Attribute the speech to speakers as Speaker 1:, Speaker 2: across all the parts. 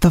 Speaker 1: The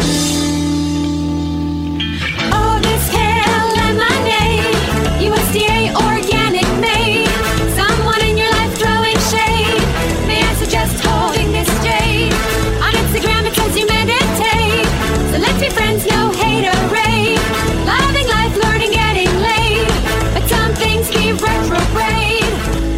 Speaker 2: Oh, this kale and lemonade, USDA organic made. Someone in your life throwing shade. May I suggest holding this jade? On Instagram it says you meditate. So let's be friends, no haterade. Loving life, learning, getting laid. But some things be retrograde.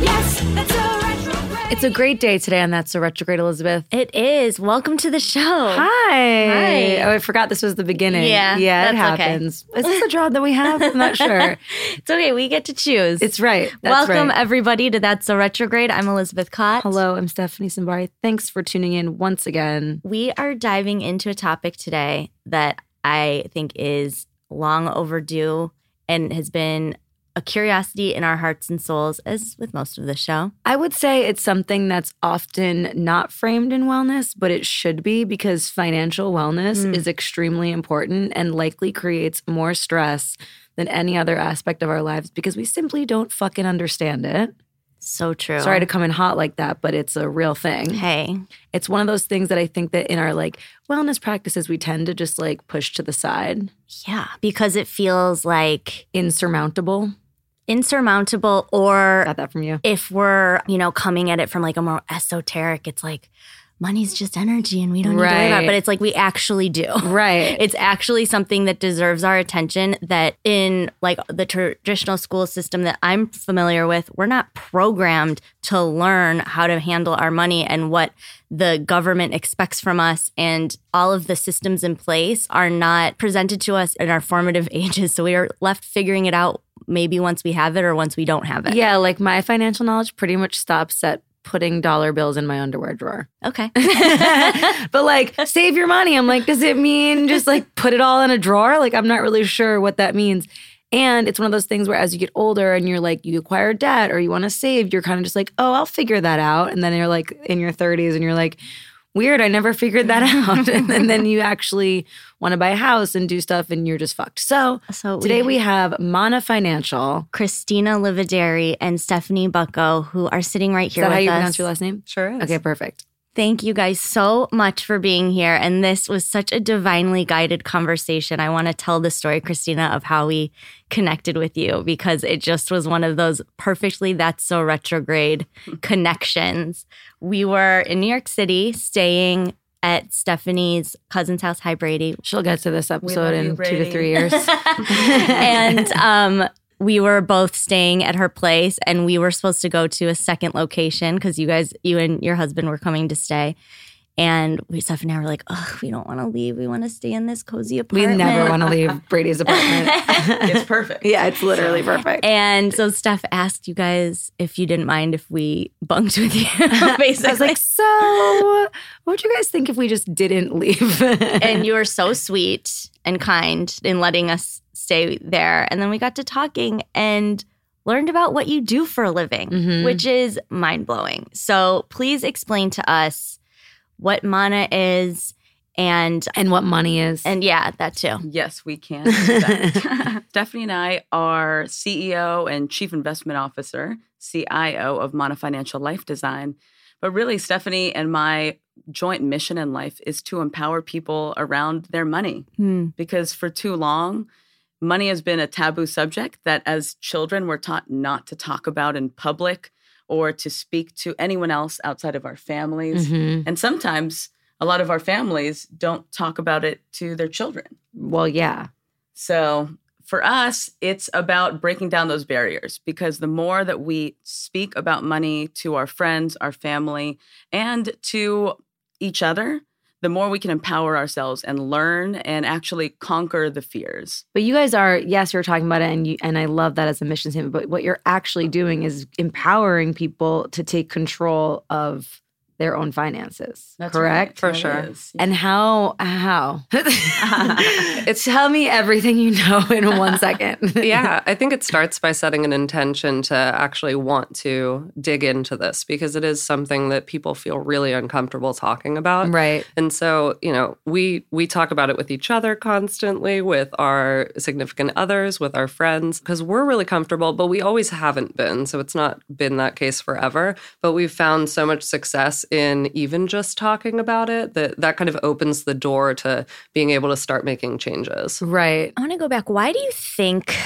Speaker 2: Yes, that's so retrograde.
Speaker 3: It's a great day today, and that's a retrograde Elizabeth.
Speaker 4: It is. Welcome to the show.
Speaker 3: Hi.
Speaker 4: Hi.
Speaker 3: Oh, I forgot this was the beginning.
Speaker 4: Yeah,
Speaker 3: Yeah, it
Speaker 4: that's okay.
Speaker 3: happens. Is this a job that we have? I'm not sure.
Speaker 4: It's okay. We get to choose.
Speaker 3: It's right. That's
Speaker 4: Welcome,
Speaker 3: right.
Speaker 4: everybody, to That's a Retrograde. I'm Elizabeth Cott.
Speaker 3: Hello, I'm Stephanie Simbari. Thanks for tuning in once again.
Speaker 4: We are diving into a topic today that I think is long overdue and has been a curiosity in our hearts and souls, as with most of the show.
Speaker 3: I would say it's something that's often not framed in wellness, but it should be because financial wellness
Speaker 4: Mm.
Speaker 3: is extremely important and likely creates more stress than any other aspect of our lives because we simply don't fucking understand it.
Speaker 4: So true.
Speaker 3: Sorry to come in hot like that, but it's a real thing.
Speaker 4: Hey.
Speaker 3: it's one of those things that I think that in our like wellness practices, we tend to just like push to the side,
Speaker 4: Yeah. Because it feels like
Speaker 3: insurmountable.
Speaker 4: insurmountable or
Speaker 3: Got that from you.
Speaker 4: if we're, you know, coming at it from like a more esoteric, it's like money's just energy and we don't need to worry about
Speaker 3: Right.
Speaker 4: it. But it's like we actually do.
Speaker 3: Right.
Speaker 4: It's actually something that deserves our attention that in like the traditional school system that I'm familiar with, we're not programmed to learn how to handle our money and what the government expects from us and all of the systems in place are not presented to us in our formative ages. So we are left figuring it out maybe once we have it or once we don't have it.
Speaker 3: yeah, like my financial knowledge pretty much stops at putting dollar bills in my underwear drawer.
Speaker 4: Okay.
Speaker 3: but like save your money. I'm like, does it mean just like put it all in a drawer? Like I'm not really sure what that means. And it's one of those things where as you get older and you're like you acquire debt or you want to save, you're kind of just like, "Oh, I'll figure that out." And then you're like in your 30s and you're like, "Weird, I never figured that out." and then you actually want to buy a house and do stuff and you're just fucked. So,
Speaker 4: So
Speaker 3: today we have Mana Financial.
Speaker 4: Christina Livideri and Stephanie Bucco, who are sitting right
Speaker 3: Is
Speaker 4: here
Speaker 3: that how
Speaker 4: with
Speaker 3: you
Speaker 4: us.
Speaker 3: pronounce your last name?
Speaker 5: Sure is.
Speaker 3: Okay, perfect.
Speaker 4: Thank you guys so much for being here. And this was such a divinely guided conversation. I want to tell the story, Christina, of how we connected with you because it just was one of those perfectly that's so retrograde connections. We were in New York City staying at Stephanie's cousin's house. Hi, Brady.
Speaker 3: She'll get to this episode in
Speaker 5: you,
Speaker 3: 2 to
Speaker 5: Brady.
Speaker 3: 3 years.
Speaker 4: and um, we were both staying at her place, and we were supposed to go to a second location because you guys, you and your husband, were coming to stay. And we, Stephanie and I were like, oh, we don't want to leave. We want to stay in this cozy
Speaker 3: we
Speaker 4: apartment.
Speaker 3: never want to leave Brady's apartment.
Speaker 5: It's perfect.
Speaker 3: Yeah, it's literally perfect.
Speaker 4: And so Steph asked you guys if you didn't mind if we bunked with you, basically.
Speaker 3: I was like, so what would you guys think if we just didn't leave?
Speaker 4: and you were so sweet and kind in letting us stay there. And then we got to talking and learned about what you do for a living,
Speaker 3: Mhm.
Speaker 4: which is mind blowing. So please explain to us what mana is and
Speaker 3: and what money is.
Speaker 4: and yeah, that too.
Speaker 5: Yes, we can. do that. Stephanie and I are CEO and Chief Investment Officer, CIO of Mana Financial Life Design. But really, Stephanie and my joint mission in life is to empower people around their money
Speaker 4: Hmm.
Speaker 5: because for too long, money has been a taboo subject that as children we're taught not to talk about in public or to speak to anyone else outside of our families.
Speaker 3: Mhm.
Speaker 5: And sometimes a lot of our families don't talk about it to their children.
Speaker 3: Well, yeah.
Speaker 5: So for us, it's about breaking down those barriers because the more that we speak about money to our friends, our family, and to each other, the more we can empower ourselves and learn and actually conquer the fears.
Speaker 3: But you guys are, yes, you're talking about it, and you, and I love that as a mission statement. But what you're actually doing is empowering people to take control of their own finances. correct?
Speaker 5: For sure.
Speaker 3: And how? How? it's tell me everything you know in one second.
Speaker 6: yeah, I think it starts by setting an intention to actually want to dig into this because it is something that people feel really uncomfortable talking about.
Speaker 3: Right.
Speaker 6: And so, you know, we we talk about it with each other constantly, with our significant others, with our friends because we're really comfortable, but we always haven't been. So it's not been that case forever, but we've found so much success in even just talking about it that that kind of opens the door to being able to start making changes.
Speaker 3: Right.
Speaker 4: I want to go back. Why do you think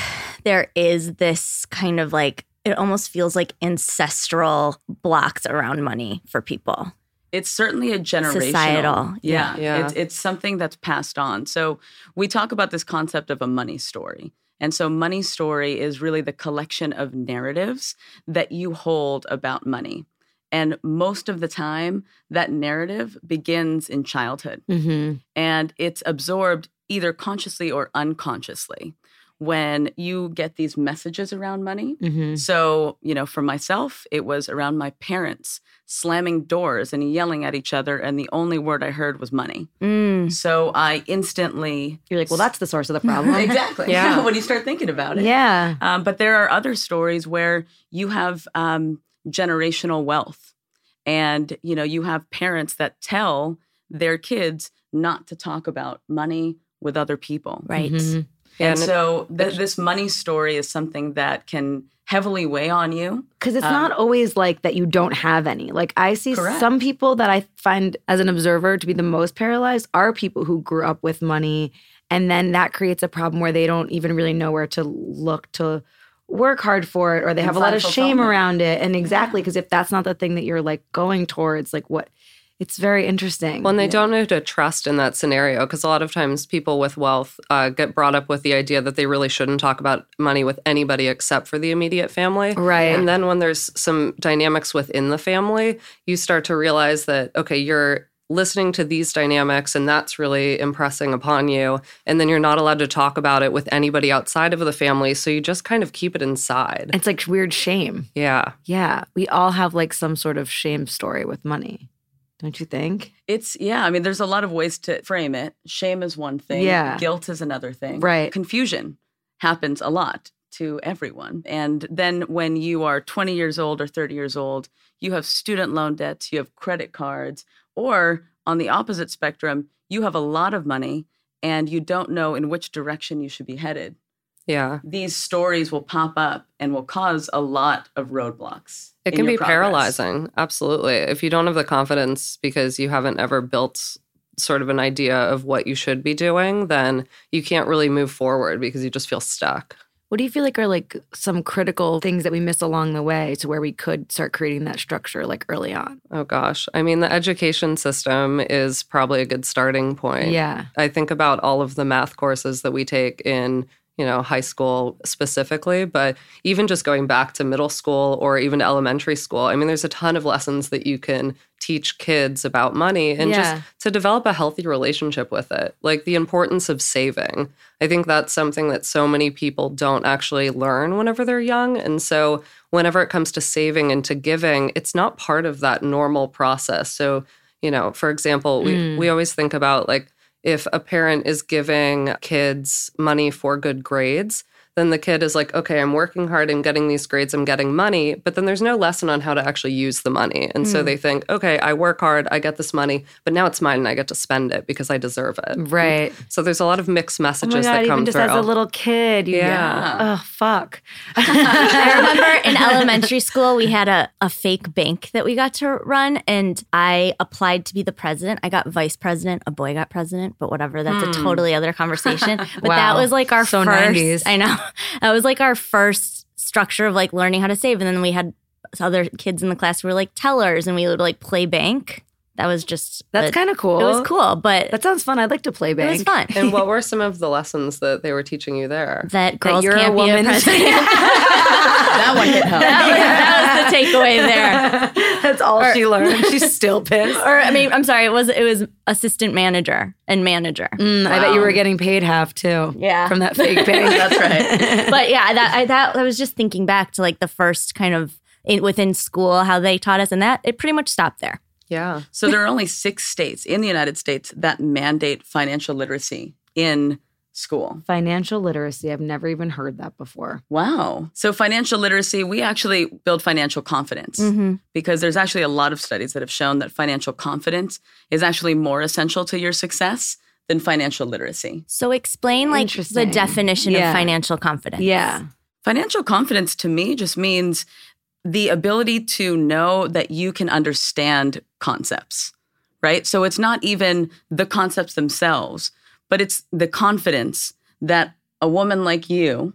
Speaker 4: there is this kind of like, it almost feels like ancestral blocks around money for people?
Speaker 5: It's certainly a generational.
Speaker 4: Societal,
Speaker 5: Yeah.
Speaker 6: yeah.
Speaker 5: It's, it's something that's passed on. So we talk about this concept of a money story. And so money story is really the collection of narratives that you hold about money. And most of the time, that narrative begins in childhood
Speaker 3: Mm-hmm.
Speaker 5: and it's absorbed either consciously or unconsciously when you get these messages around money.
Speaker 3: Mm-hmm.
Speaker 5: So, you know, for myself, it was around my parents slamming doors and yelling at each other. And the only word I heard was money.
Speaker 4: Mm.
Speaker 5: So I instantly.
Speaker 7: You're like, well, that's the source of the problem.
Speaker 5: Exactly.
Speaker 6: Yeah.
Speaker 5: when you start thinking about it.
Speaker 3: Yeah.
Speaker 5: Um, but there are other stories where you have um, generational wealth, and you know you have parents that tell their kids not to talk about money with other people.
Speaker 4: Right.
Speaker 3: Mhm.
Speaker 5: And,
Speaker 6: And it-
Speaker 5: so th- this money story is something that can heavily weigh on you.
Speaker 3: Because it's
Speaker 5: Um,
Speaker 3: not always like that you don't have any. Like, I see
Speaker 5: Correct.
Speaker 3: some people that I find as an observer to be the most paralyzed are people who grew up with money. And then that creates a problem where they don't even really know where to look to work hard for it, or they
Speaker 5: And
Speaker 3: have a lot of
Speaker 5: find
Speaker 3: shame
Speaker 5: fulfillment.
Speaker 3: around it. And exactly, because if that's not the thing that you're like going towards, like what, it's very interesting.
Speaker 6: Well, and they don't know who to trust in that scenario because a lot of times people with wealth uh, get brought up with the idea that they really shouldn't talk about money with anybody except for the immediate family.
Speaker 3: Right.
Speaker 6: And then when there's some dynamics within the family, you start to realize that, okay, you're listening to these dynamics and that's really impressing upon you. And then you're not allowed to talk about it with anybody outside of the family. So you just kind of keep it inside.
Speaker 3: It's like weird shame.
Speaker 6: Yeah.
Speaker 3: Yeah. We all have like some sort of shame story with money. Don't you think?
Speaker 5: It's yeah, I mean there's a lot of ways to frame it. Shame is one thing,
Speaker 3: Yeah.
Speaker 5: guilt is another thing.
Speaker 3: Right.
Speaker 5: Confusion happens a lot to everyone. And then when you are 20 years old or 30 years old, you have student loan debts, you have credit cards, or on the opposite spectrum, you have a lot of money and you don't know in which direction you should be headed.
Speaker 6: Yeah.
Speaker 5: These stories will pop up and will cause a lot of roadblocks.
Speaker 6: It
Speaker 5: in
Speaker 6: can
Speaker 5: your
Speaker 6: be
Speaker 5: progress.
Speaker 6: paralyzing. Absolutely. If you don't have the confidence because you haven't ever built sort of an idea of what you should be doing, then you can't really move forward because you just feel stuck.
Speaker 3: What do you feel like are like some critical things that we miss along the way to where we could start creating that structure like early on?
Speaker 6: Oh gosh. I mean, the education system is probably a good starting point.
Speaker 3: Yeah.
Speaker 6: I think about all of the math courses that we take in, you know, high school specifically, but even just going back to middle school or even to elementary school, I mean, there's a ton of lessons that you can teach kids about money and
Speaker 3: Yeah.
Speaker 6: just to develop a healthy relationship with it, like the importance of saving. I think that's something that so many people don't actually learn whenever they're young. And so, whenever it comes to saving and to giving, it's not part of that normal process. So, you know, for example, we, we always think about like if a parent is giving kids money for good grades, then the kid is like, okay, I'm working hard, I'm getting these grades, I'm getting money. But then there's no lesson on how to actually use the money. And so they think, okay, I work hard, I get this money, but now it's mine and I get to spend it because I deserve it.
Speaker 3: Right.
Speaker 6: So there's a lot of mixed
Speaker 3: Oh my
Speaker 6: messages
Speaker 3: God,
Speaker 6: that come
Speaker 3: even just
Speaker 6: through.
Speaker 3: as a little kid. You,
Speaker 6: Yeah.
Speaker 3: Oh, fuck.
Speaker 4: I remember in elementary school, we had a, a fake bank that we got to run, and I applied to be the president. I got vice president. A boy got president, but whatever. That's a totally other conversation. But
Speaker 3: Hmm. Wow.
Speaker 4: that was like our
Speaker 3: So
Speaker 4: first.
Speaker 3: 90s.
Speaker 4: I know. That was like our first structure of like learning how to save. And then we had other kids in the class who were like tellers, and we would like play bank. That was just.
Speaker 3: That's
Speaker 4: a-
Speaker 3: kind of cool.
Speaker 4: It was cool, but
Speaker 3: That sounds fun. I'd like to play
Speaker 4: it
Speaker 3: bank.
Speaker 4: was fun.
Speaker 6: and what were some of the lessons that they were teaching you there?
Speaker 4: that girls
Speaker 3: you're a
Speaker 4: can't be
Speaker 3: woman.
Speaker 4: a president. that one hit home. That was, that was the takeaway there.
Speaker 3: That's all she learned. She's still pissed.
Speaker 4: Or I mean, I'm sorry. It was it was assistant manager and manager.
Speaker 3: Mm, I bet you were getting paid half too.
Speaker 4: Yeah.
Speaker 3: From that fake bank.
Speaker 5: That's right.
Speaker 4: But yeah, that I that I was just thinking back to like the first kind of in, within school how they taught us, and that it pretty much stopped there.
Speaker 6: Yeah.
Speaker 5: So there are only six states in the United States that mandate financial literacy in school.
Speaker 3: Financial literacy. I've never even heard that before.
Speaker 5: Wow. So financial literacy, we actually build financial confidence
Speaker 4: Mm-hmm.
Speaker 3: Mm-hmm.
Speaker 5: because there's actually a lot of studies that have shown that financial confidence is actually more essential to your success than financial literacy.
Speaker 4: So explain like the
Speaker 3: Interesting.
Speaker 4: definition
Speaker 3: Yeah.
Speaker 4: of financial confidence.
Speaker 3: Yeah.
Speaker 5: Financial confidence to me just means the ability to know that you can understand concepts, right? So it's not even the concepts themselves, but it's the confidence that a woman like you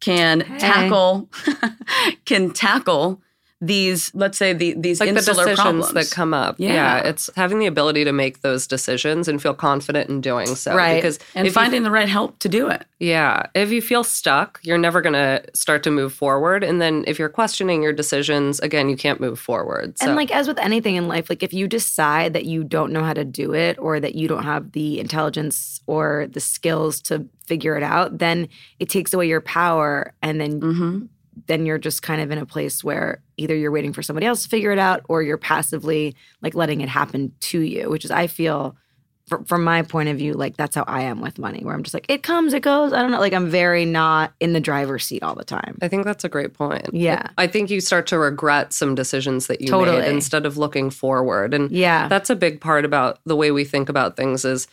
Speaker 5: can tackle can tackle these let's say the, these
Speaker 6: It's like the
Speaker 5: insular
Speaker 6: decisions
Speaker 5: problems
Speaker 6: that come up.
Speaker 5: Yeah.
Speaker 6: Yeah. It's having the ability to make those decisions and feel confident in doing so.
Speaker 3: Right.
Speaker 6: Because
Speaker 5: and
Speaker 6: if you
Speaker 5: finding the right help to do it.
Speaker 6: Yeah. If you feel stuck, you're never going to start to move forward. And then if you're questioning your decisions, again, you can't move forward. So
Speaker 3: And like as with anything in life, like if you decide that you don't know how to do it or that you don't have the intelligence or the skills to figure it out, then it takes away your power and then
Speaker 5: Mhm.
Speaker 3: then you're just kind of in a place where either you're waiting for somebody else to figure it out or you're passively like letting it happen to you, which is I feel fr- from my point of view like that's how I am with money where I'm just like it comes, it goes. I don't know, like I'm very not in the driver's seat all the time.
Speaker 6: I think that's a great point.
Speaker 3: Yeah.
Speaker 6: I think you start to regret some decisions that you
Speaker 3: Totally.
Speaker 6: made instead of looking forward. And
Speaker 3: Yeah.
Speaker 6: that's a big part about the way we think about things is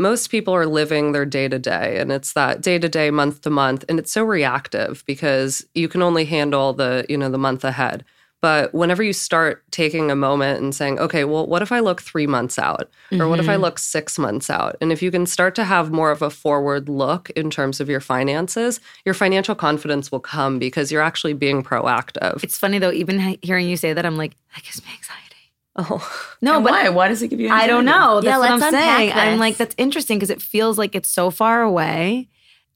Speaker 6: most people are living their day to day and it's that day to day month to month and it's so reactive because you can only handle the you know the month ahead but whenever you start taking a moment and saying okay well what if i look 3 months out or what if i
Speaker 3: Mm-hmm.
Speaker 6: look 6 months out and if you can start to have more of a forward look in terms of your finances your financial confidence will come because you're actually being proactive
Speaker 3: It's funny though, even he- hearing you say that, I'm like, that gives me anxiety.
Speaker 6: oh
Speaker 3: No,
Speaker 5: And
Speaker 3: but
Speaker 5: why? Why does it give you?
Speaker 3: I don't
Speaker 5: anxiety?
Speaker 3: know. That's
Speaker 4: Yeah,
Speaker 3: what
Speaker 4: let's
Speaker 3: I'm
Speaker 4: unpack
Speaker 3: saying. I'm
Speaker 4: this.
Speaker 3: like, that's interesting because it feels like it's so far away.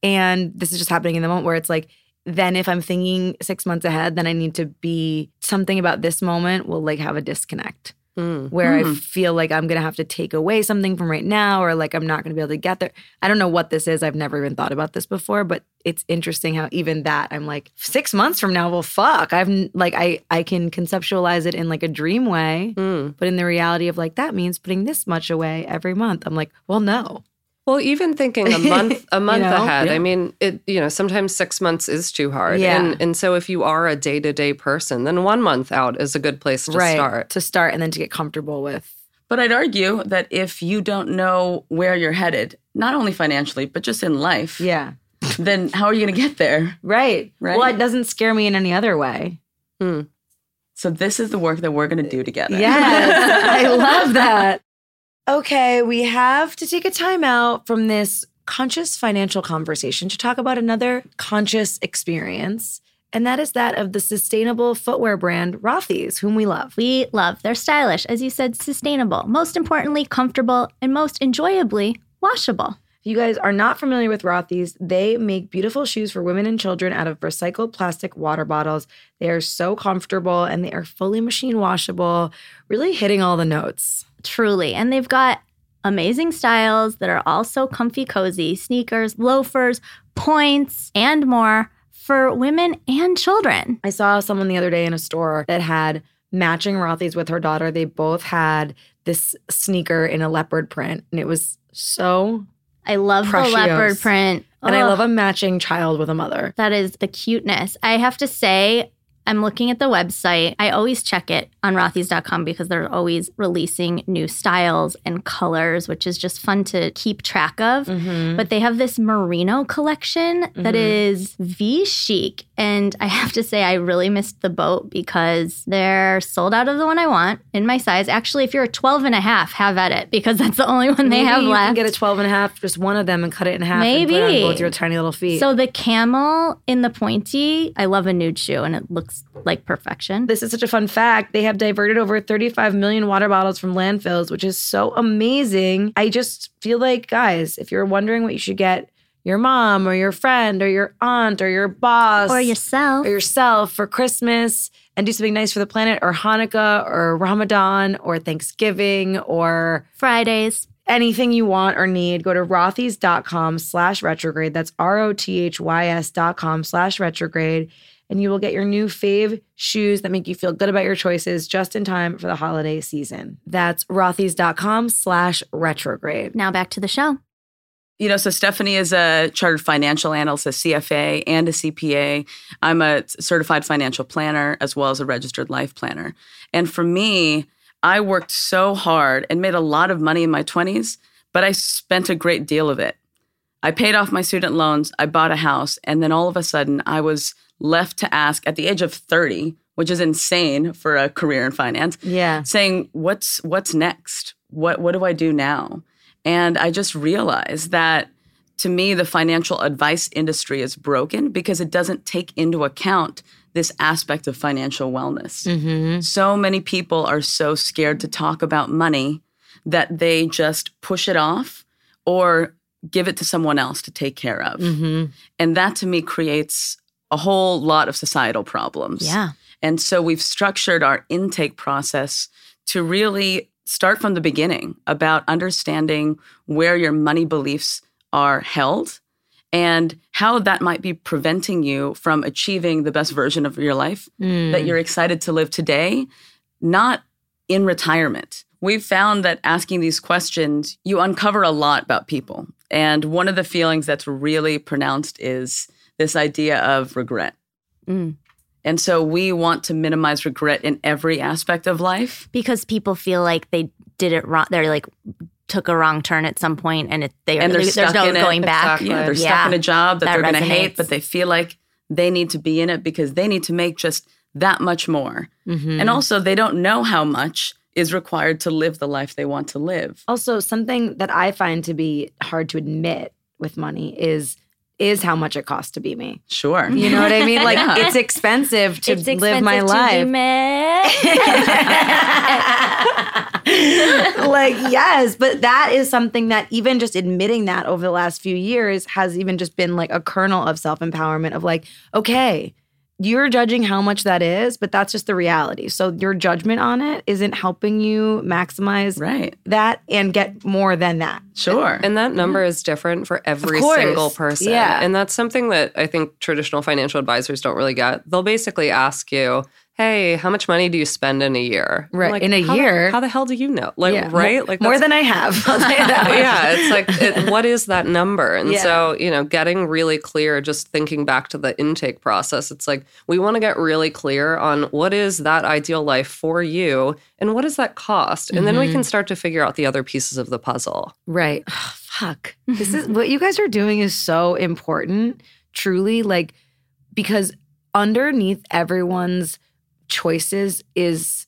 Speaker 3: And this is just happening in the moment where it's like, then if I'm thinking six months ahead, then I need to be something about this moment will like have a disconnect
Speaker 6: Mm.
Speaker 3: where I
Speaker 5: Hmm.
Speaker 3: feel like I'm gonna have to take away something from right now or like I'm not gonna be able to get there. I don't know what this is. I've never even thought about this before, but it's interesting how even that I'm like six months from now, well fuck. I've n- like I I can conceptualize it in like a dream way.
Speaker 6: Mm.
Speaker 3: But in the reality of like, that means putting this much away every month. I'm like, well, no.
Speaker 6: Well, even thinking a month a month
Speaker 3: know?
Speaker 6: ahead.
Speaker 5: Yeah.
Speaker 6: I mean, it you know, sometimes 6 months is too hard.
Speaker 3: Yeah.
Speaker 6: And and so if you are a day-to-day person, then 1 month out is a good place to start.
Speaker 3: To start and then to get comfortable with.
Speaker 5: But I'd argue that if you don't know where you're headed, not only financially but just in life,
Speaker 3: Yeah.
Speaker 5: then how are you going to get there?
Speaker 3: Right.
Speaker 5: Right.
Speaker 3: Well, it doesn't scare me in any other way.
Speaker 5: So this is the work that we're going to do together.
Speaker 3: Yes. I love that. Okay. We have to take a time out from this conscious financial conversation to talk about another conscious experience. And that is that of the sustainable footwear brand Rothy's, whom we love.
Speaker 4: We love they're stylish, as you said, sustainable, most importantly, comfortable, and most enjoyably, washable.
Speaker 3: If you guys are not familiar with Rothy's, they make beautiful shoes for women and children out of recycled plastic water bottles. They are so comfortable and they are fully machine washable, really hitting all the notes.
Speaker 4: Truly. And they've got amazing styles that are also comfy, cozy sneakers, loafers, points, and more for women and children.
Speaker 3: I saw someone the other day in a store that had matching Rothy's with her daughter. They both had this sneaker in a leopard print, and it was so.
Speaker 4: I love
Speaker 3: Precios.
Speaker 4: the leopard print.
Speaker 3: And I
Speaker 4: Ugh.
Speaker 3: love a matching child with a mother.
Speaker 4: That is the cuteness. I have to say, I'm looking at the website. I always check it on Rothys.com because they're always releasing new styles and colors, which is just fun to keep track of.
Speaker 3: Mm-hmm.
Speaker 4: But they have this merino collection that is V chic. And I have to say, I really missed the boat because they're sold out of the one I want in my size. Actually, if you're a 12 and a half, have at it because that's the only one they
Speaker 3: Maybe
Speaker 4: have
Speaker 3: you
Speaker 4: left.
Speaker 3: can get a 12 and a half, just one of them, and cut it in half. And put it
Speaker 4: Maybe.
Speaker 3: on both your tiny little feet.
Speaker 4: So the camel in the pointy, I love a nude shoe and it looks like perfection.
Speaker 3: This is such a fun fact. They have diverted over 35 million water bottles from landfills, which is so amazing. I just feel like, guys, if you're wondering what you should get your mom or your friend or your aunt or your boss
Speaker 4: or yourself.
Speaker 3: or yourself for Christmas and do something nice for the planet or Hanukkah or Ramadan or Thanksgiving or
Speaker 4: Fridays.
Speaker 3: anything you want or need, go to rothys.com slash retrograde. That's R-O-T-H-Y-S dot com slash retrograde. And you will get your new fave shoes that make you feel good about your choices just in time for the holiday season. That's rothys.com slash retrograde.
Speaker 4: Now back to the show.
Speaker 5: you know, so Stephanie is a chartered financial analyst, a CFA, and a CPA. I'm a certified financial planner as well as a registered life planner. And for me, I worked so hard and made a lot of money in my 20s, but I spent a great deal of it. I paid off my student loans, I bought a house, and then all of a sudden I was left to ask at the age of 30, which is insane for a career in finance
Speaker 3: Yeah.
Speaker 5: saying what's what's next what what do i do now and i just realized that to me the financial advice industry is broken because it doesn't take into account this aspect of financial wellness
Speaker 3: Mm. Mm-hmm.
Speaker 5: so many people are so scared to talk about money that they just push it off or give it to someone else to take care of and that to me creates a whole lot of societal problems
Speaker 4: Yeah.
Speaker 5: and so we've structured our intake process to really start from the beginning about understanding where your money beliefs are held and how that might be preventing you from achieving the best version of your life
Speaker 3: Mm-hmm.
Speaker 4: Mm.
Speaker 5: that you're excited to live today, not in retirement. We've found that asking these questions, you uncover a lot about people. And one of the feelings that's really pronounced is this idea of regret.
Speaker 4: Mm.
Speaker 5: And so we want to minimize regret in every aspect of life.
Speaker 4: because people feel like they did it wrong. They're like took a wrong turn at some point, and it, they
Speaker 5: And they're
Speaker 4: there's
Speaker 5: stuck
Speaker 4: no
Speaker 5: in it.
Speaker 4: going back.
Speaker 6: Exactly.
Speaker 5: Yeah, they're
Speaker 4: Yeah.
Speaker 5: stuck in a job that,
Speaker 4: That
Speaker 5: they're going to hate,
Speaker 4: resonates.
Speaker 5: but they feel like they need to be in it because they need to make just that much more.
Speaker 3: Mm-hmm.
Speaker 5: And
Speaker 4: Mm.
Speaker 5: also, they don't know how much is required to live the life they want to live.
Speaker 3: Also, something that I find to be hard to admit with money is is how much it costs to be me.
Speaker 5: Sure.
Speaker 3: You know what I mean? Like
Speaker 5: Yeah.
Speaker 3: it's expensive to
Speaker 4: It's
Speaker 3: live my
Speaker 4: expensive to
Speaker 3: life.
Speaker 4: be mad.
Speaker 3: like yes but that is something that even just admitting that over the last few years has even just been like a kernel of self-empowerment of like okay you're judging how much that is but that's just the reality so your judgment on it isn't helping you maximize
Speaker 5: Right.
Speaker 3: that and get more than that
Speaker 5: Sure.
Speaker 6: And that number is different for every
Speaker 3: Mm-hmm. course.
Speaker 6: single person.
Speaker 3: Yeah.
Speaker 6: And that's something that I think traditional financial advisors don't really get. They'll basically ask you, Hey, how much money do you spend in a year? I'm
Speaker 3: Right,
Speaker 6: like,
Speaker 3: in a
Speaker 6: "How the-
Speaker 3: year?"
Speaker 6: how the hell do you know? Like,
Speaker 3: Yeah.
Speaker 6: right? Like
Speaker 3: more
Speaker 6: that's-
Speaker 3: than i have i'll say that
Speaker 6: But yeah, it's like, it, what is that number? And
Speaker 3: Yeah.
Speaker 6: so, you know, getting really clear, just thinking back to the intake process, it's like we want to get really clear on what is that ideal life for you and what does that cost? And then we
Speaker 3: Mm-hmm.
Speaker 6: can start to figure out the other pieces of the puzzle.
Speaker 3: Right. fuck. This is what you guys are doing is so important, truly, like because underneath everyone's choices is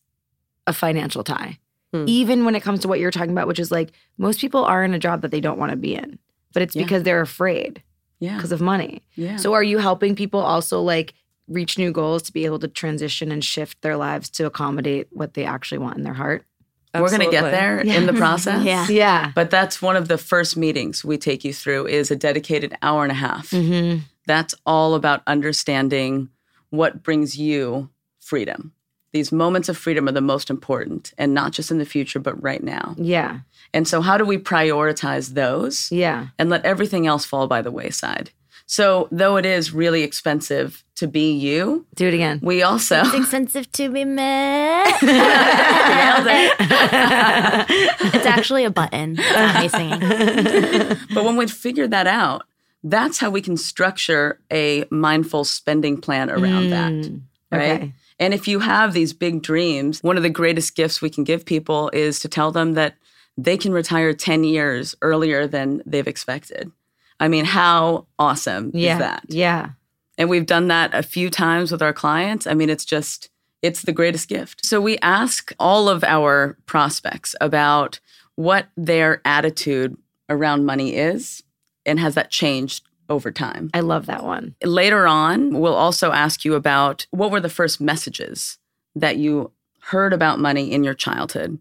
Speaker 3: a financial tie.
Speaker 6: Hmm.
Speaker 3: Even when it comes to what you're talking about, which is like most people are in a job that they don't want to be in, but it's
Speaker 5: Yeah.
Speaker 3: because they're afraid
Speaker 5: yeah.
Speaker 3: because of money.
Speaker 5: Yeah.
Speaker 3: So are you helping people also like reach new goals to be able to transition and shift their lives to accommodate what they actually want in their heart?
Speaker 5: we're going to get
Speaker 6: Absolutely.
Speaker 5: there in the process.
Speaker 4: Yeah.
Speaker 3: Yeah.
Speaker 5: But that's one of the first meetings we take you through is a dedicated hour and a half.
Speaker 3: Mm-hmm.
Speaker 5: That's all about understanding what brings you freedom. These moments of freedom are the most important, and not just in the future, but right now.
Speaker 3: Yeah.
Speaker 5: And so, how do we prioritize those
Speaker 3: Yeah.
Speaker 5: and let everything else fall by the wayside? So, though it is really expensive to be you,
Speaker 3: Do it again.
Speaker 5: we also
Speaker 4: It's expensive to be mad. it's actually a button. It's not me singing.
Speaker 5: But when we figure that out, that's how we can structure a mindful spending plan around that.
Speaker 3: Mm,
Speaker 5: Right.
Speaker 3: okay.
Speaker 5: And if you have these big dreams, one of the greatest gifts we can give people is to tell them that they can retire 10 years earlier than they've expected. I mean, how awesome
Speaker 3: Yeah.
Speaker 5: is that?
Speaker 3: Yeah.
Speaker 5: And we've done that a few times with our clients. I mean, it's just, it's the greatest gift. So we ask all of our prospects about what their attitude around money is and has that changed over time.
Speaker 3: I love that one.
Speaker 5: Later on, we'll also ask you about what were the first messages that you heard about money in your childhood.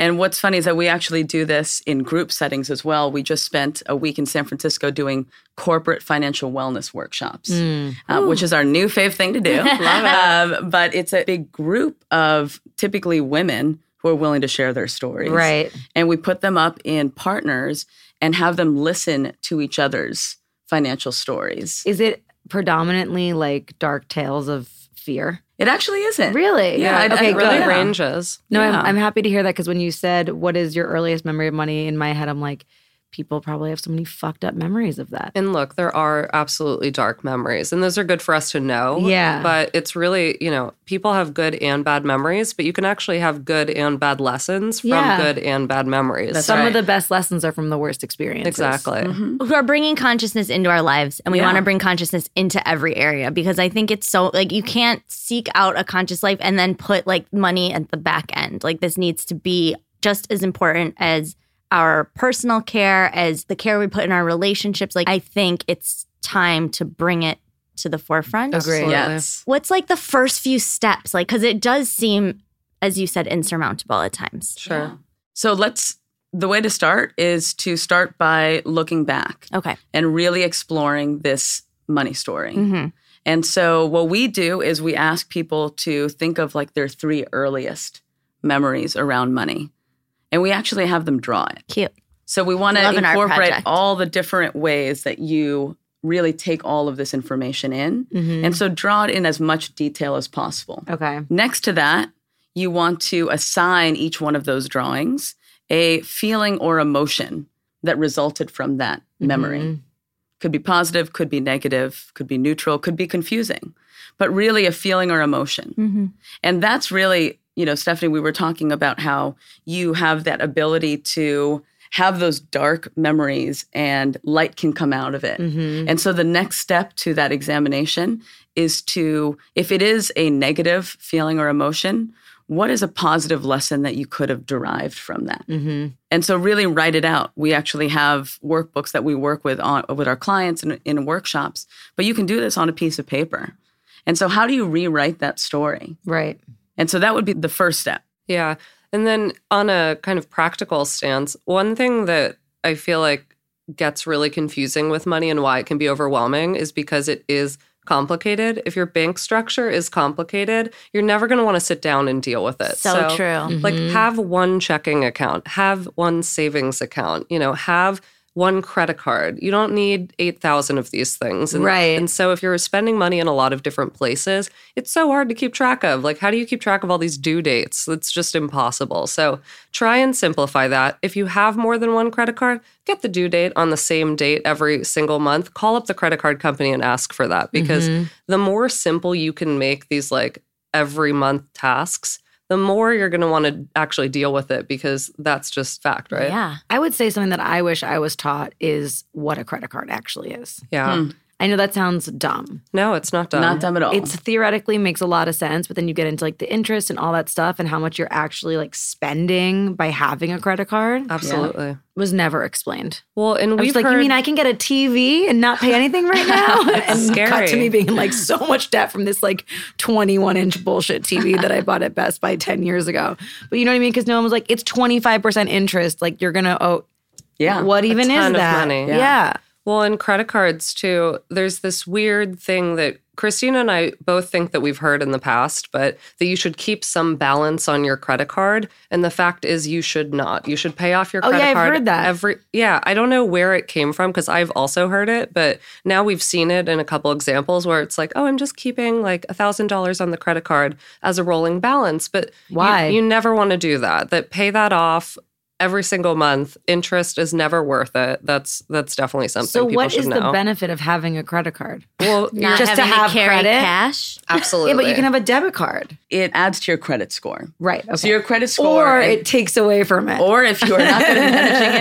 Speaker 5: And what's funny is that we actually do this in group settings as well. We just spent a week in San Francisco doing corporate financial wellness workshops
Speaker 3: Mm.
Speaker 5: uh, which is our new fave thing to do. Um, but it's a big group of typically women who are willing to share their stories.
Speaker 3: Right.
Speaker 5: And we put them up in partners and have them listen to each other's financial stories.
Speaker 3: Is it predominantly like dark tales of fear?
Speaker 5: It actually isn't.
Speaker 3: Really?
Speaker 5: Yeah, I- I
Speaker 3: okay,
Speaker 6: It really
Speaker 3: good.
Speaker 5: Yeah.
Speaker 6: ranges.
Speaker 3: No,
Speaker 5: Yeah.
Speaker 3: I'm, I'm happy to hear that because when you said, What is your earliest memory of money in my head? I'm like, people probably have so many fucked up memories of that.
Speaker 6: And look, there are absolutely dark memories, and those are good for us to know.
Speaker 3: Yeah.
Speaker 6: But it's really, you know, people have good and bad memories, but you can actually have good and bad lessons from
Speaker 3: Yeah.
Speaker 6: good and bad memories.
Speaker 5: That's
Speaker 3: Some
Speaker 5: right.
Speaker 3: of the best lessons are from the worst experiences.
Speaker 6: Exactly.
Speaker 3: Mm-hmm.
Speaker 4: who are bringing consciousness into our lives and we
Speaker 5: Yeah.
Speaker 4: want to bring consciousness into every area because i think it's so like you can't seek out a conscious life and then put like money at the back end like this needs to be just as important as our personal care as the care we put in our relationships like i think it's time to bring it to the forefront
Speaker 6: Absolutely.
Speaker 5: Yes.
Speaker 4: what's like the first few steps like because it does seem as you said insurmountable at times
Speaker 6: Sure.
Speaker 5: So let's, the way to start is to start by looking back
Speaker 4: okay
Speaker 5: and really exploring this money story.
Speaker 3: Mm-hmm.
Speaker 4: hmm
Speaker 5: And so what we do is we ask people to think of like their three earliest memories around money. And we actually have them draw it.
Speaker 4: cute
Speaker 5: So we want to
Speaker 4: Love an art
Speaker 5: incorporate
Speaker 4: project.
Speaker 5: all the different ways that you really take all of this information in.
Speaker 4: Mm-hmm.
Speaker 3: Mhm.
Speaker 5: And so draw it in as much detail as possible.
Speaker 3: Okay.
Speaker 5: Next to that, you want to assign each one of those drawings a feeling or emotion that resulted from that memory.
Speaker 3: Mhm.
Speaker 5: Could be positive, could be negative, could be neutral, could be confusing, but really a feeling or emotion.
Speaker 4: mm-hmm.
Speaker 5: And that's really, you know, Stephanie, we were talking about how you have that ability to have those dark memories and light can come out of it.
Speaker 3: Mhm.
Speaker 5: Mm-hmm. And so the next step to that examination is to, if it is a negative feeling or emotion, what is a positive lesson that you could have derived from that?
Speaker 3: Mhm.
Speaker 5: And so really write it out. We actually have workbooks that we work with on with our clients in, in workshops, but you can do this on a piece of paper. And so how do you rewrite that story?
Speaker 3: Right.
Speaker 5: And so that would be the first step.
Speaker 6: Yeah. And then on a kind of practical stance, one thing that I feel like gets really confusing with money and why it can be overwhelming is because it is complicated. If your bank structure is complicated, you're never going to want to sit down and deal with it.
Speaker 4: so, true
Speaker 6: Like have one checking account, have one savings account, you know, have one credit card. You don't need 8,000 of these things. And,
Speaker 3: Right.
Speaker 6: And so if you're spending money in a lot of different places, it's so hard to keep track of. Like how do you keep track of all these due dates? It's just impossible. So try and simplify that. If you have more than one credit card, get the due date on the same date every single month. Call up the credit card company and ask for that because
Speaker 3: Mm-hmm.
Speaker 6: the more simple you can make these like every month tasks, the more you're going to want to actually deal with it because that's just fact, right?
Speaker 4: yeah
Speaker 3: I would say something that I wish I was taught is what a credit card actually is.
Speaker 6: Yeah.
Speaker 5: Hmm.
Speaker 3: I know that sounds dumb.
Speaker 6: No, it's not done.
Speaker 5: Not dumb at all.
Speaker 3: It's theoretically makes a lot of sense, but then you get into like the interest and all that stuff and how much you're actually like spending by having a credit card
Speaker 6: Absolutely.
Speaker 3: was never explained.
Speaker 6: Well, and
Speaker 3: I was
Speaker 6: Uh, we've
Speaker 3: like,
Speaker 6: heard,
Speaker 3: you mean I can get a TV and not pay anything right now? and cut
Speaker 6: scary.
Speaker 3: to me being in, like so much debt from this like 21 inch bullshit TV that I bought at Best Buy 10 years ago. But you know what I mean? Because no one was like, it's 25% interest. Like you're gonna owe.
Speaker 5: yeah.
Speaker 3: What even
Speaker 6: ton
Speaker 3: is
Speaker 6: of
Speaker 3: that?
Speaker 6: money.
Speaker 3: Yeah.
Speaker 6: Well, in credit cards too, there's this weird thing that Christina and I both think that we've heard in the past, but that you should keep some balance on your credit card. And the fact is, you should not. You should pay off your
Speaker 3: Oh, yeah,
Speaker 6: credit
Speaker 3: I've
Speaker 6: card
Speaker 3: heard that.
Speaker 6: every. Yeah, I don't know where it came from because I've also heard it, but now we've seen it in a couple examples where it's like, oh, I'm just keeping like a thousand dollars on the credit card as a rolling balance, but you-
Speaker 3: Why?
Speaker 6: you never want to do that. That pay that off every single month. Interest is never worth it. That's that's definitely something
Speaker 3: So
Speaker 6: people
Speaker 3: what
Speaker 6: should
Speaker 3: is
Speaker 6: know.
Speaker 3: the benefit of having a credit card?
Speaker 6: well,
Speaker 4: not
Speaker 3: Just to
Speaker 4: having
Speaker 3: have
Speaker 4: carry
Speaker 3: credit?
Speaker 4: cash
Speaker 6: absolutely.
Speaker 3: Yeah, but you can have a debit card.
Speaker 5: It adds to your credit score.
Speaker 3: Right. Okay.
Speaker 5: So your credit score
Speaker 3: or
Speaker 5: and-
Speaker 3: it takes away from it.
Speaker 5: or if you are not good at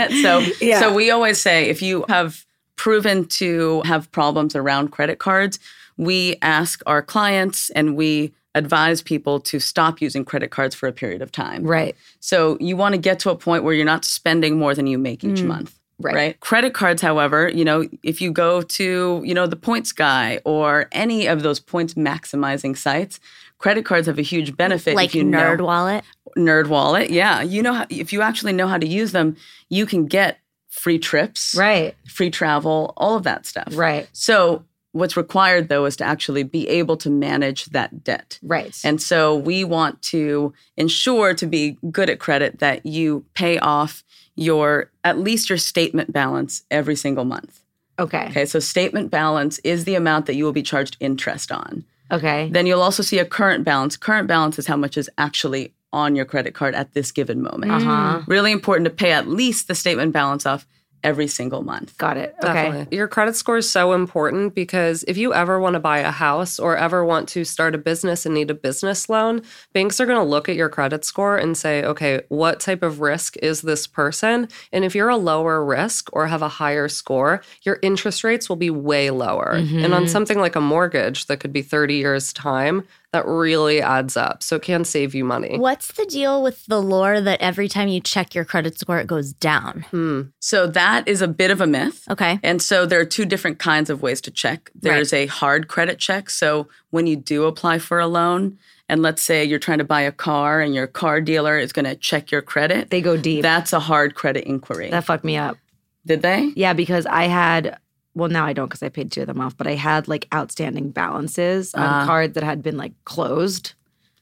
Speaker 5: managing it. So,
Speaker 3: Yeah.
Speaker 5: so we always say if you have proven to have problems around credit cards, we ask our clients and we advise people to stop using credit cards for a period of time.
Speaker 3: right.
Speaker 5: So you want to get to a point where you're not spending more than you make each month.
Speaker 3: Mm. Right.
Speaker 5: Credit cards, however, you know, if you go to, you know, the points guy or any of those points maximizing sites, credit cards have a huge benefit.
Speaker 4: like
Speaker 5: if you know-
Speaker 4: nerd wallet
Speaker 5: Nerd Wallet. Yeah, you know, how, if you actually know how to use them, you can get free trips,
Speaker 3: Right.
Speaker 5: free travel, all of that stuff.
Speaker 3: Right.
Speaker 5: So what's required though is to actually be able to manage that debt.
Speaker 3: Right.
Speaker 5: And so we want to ensure to be good at credit that you pay off your at least your statement balance every single month.
Speaker 3: okay.
Speaker 5: Okay, so statement balance is the amount that you will be charged interest on.
Speaker 3: Okay.
Speaker 5: Then you'll also see a current balance. Current balance is how much is actually on your credit card at this given moment.
Speaker 3: Uh huh.
Speaker 5: Really important to pay at least the statement balance off every single month.
Speaker 3: Got it. Okay.
Speaker 6: Definitely. Your credit score is so important because if you ever want to buy a house or ever want to start a business and need a business loan, banks are going to look at your credit score and say, okay, what type of risk is this person? And if you're a lower risk or have a higher score, your interest rates will be way lower. And
Speaker 3: Mm-hmm.
Speaker 6: on something like a mortgage that could be 30 years' time, that really adds up. So it can save you money.
Speaker 4: What's the deal with the lore that every time you check your credit score, it goes down?
Speaker 6: Hmm.
Speaker 5: So that is a bit of a myth.
Speaker 4: Okay.
Speaker 5: And so there are two different kinds of ways to check. There's a hard credit check. So when you do apply for a loan, and let's say you're trying to buy a car and your car dealer is going to check your credit,
Speaker 3: They go deep. That,
Speaker 5: that's a hard credit inquiry.
Speaker 3: fucked me up.
Speaker 5: Did they?
Speaker 3: Yeah, because I had well now I don't because I paid two of them off, but I had like outstanding balances on
Speaker 5: Ah.
Speaker 3: cards that had been like closed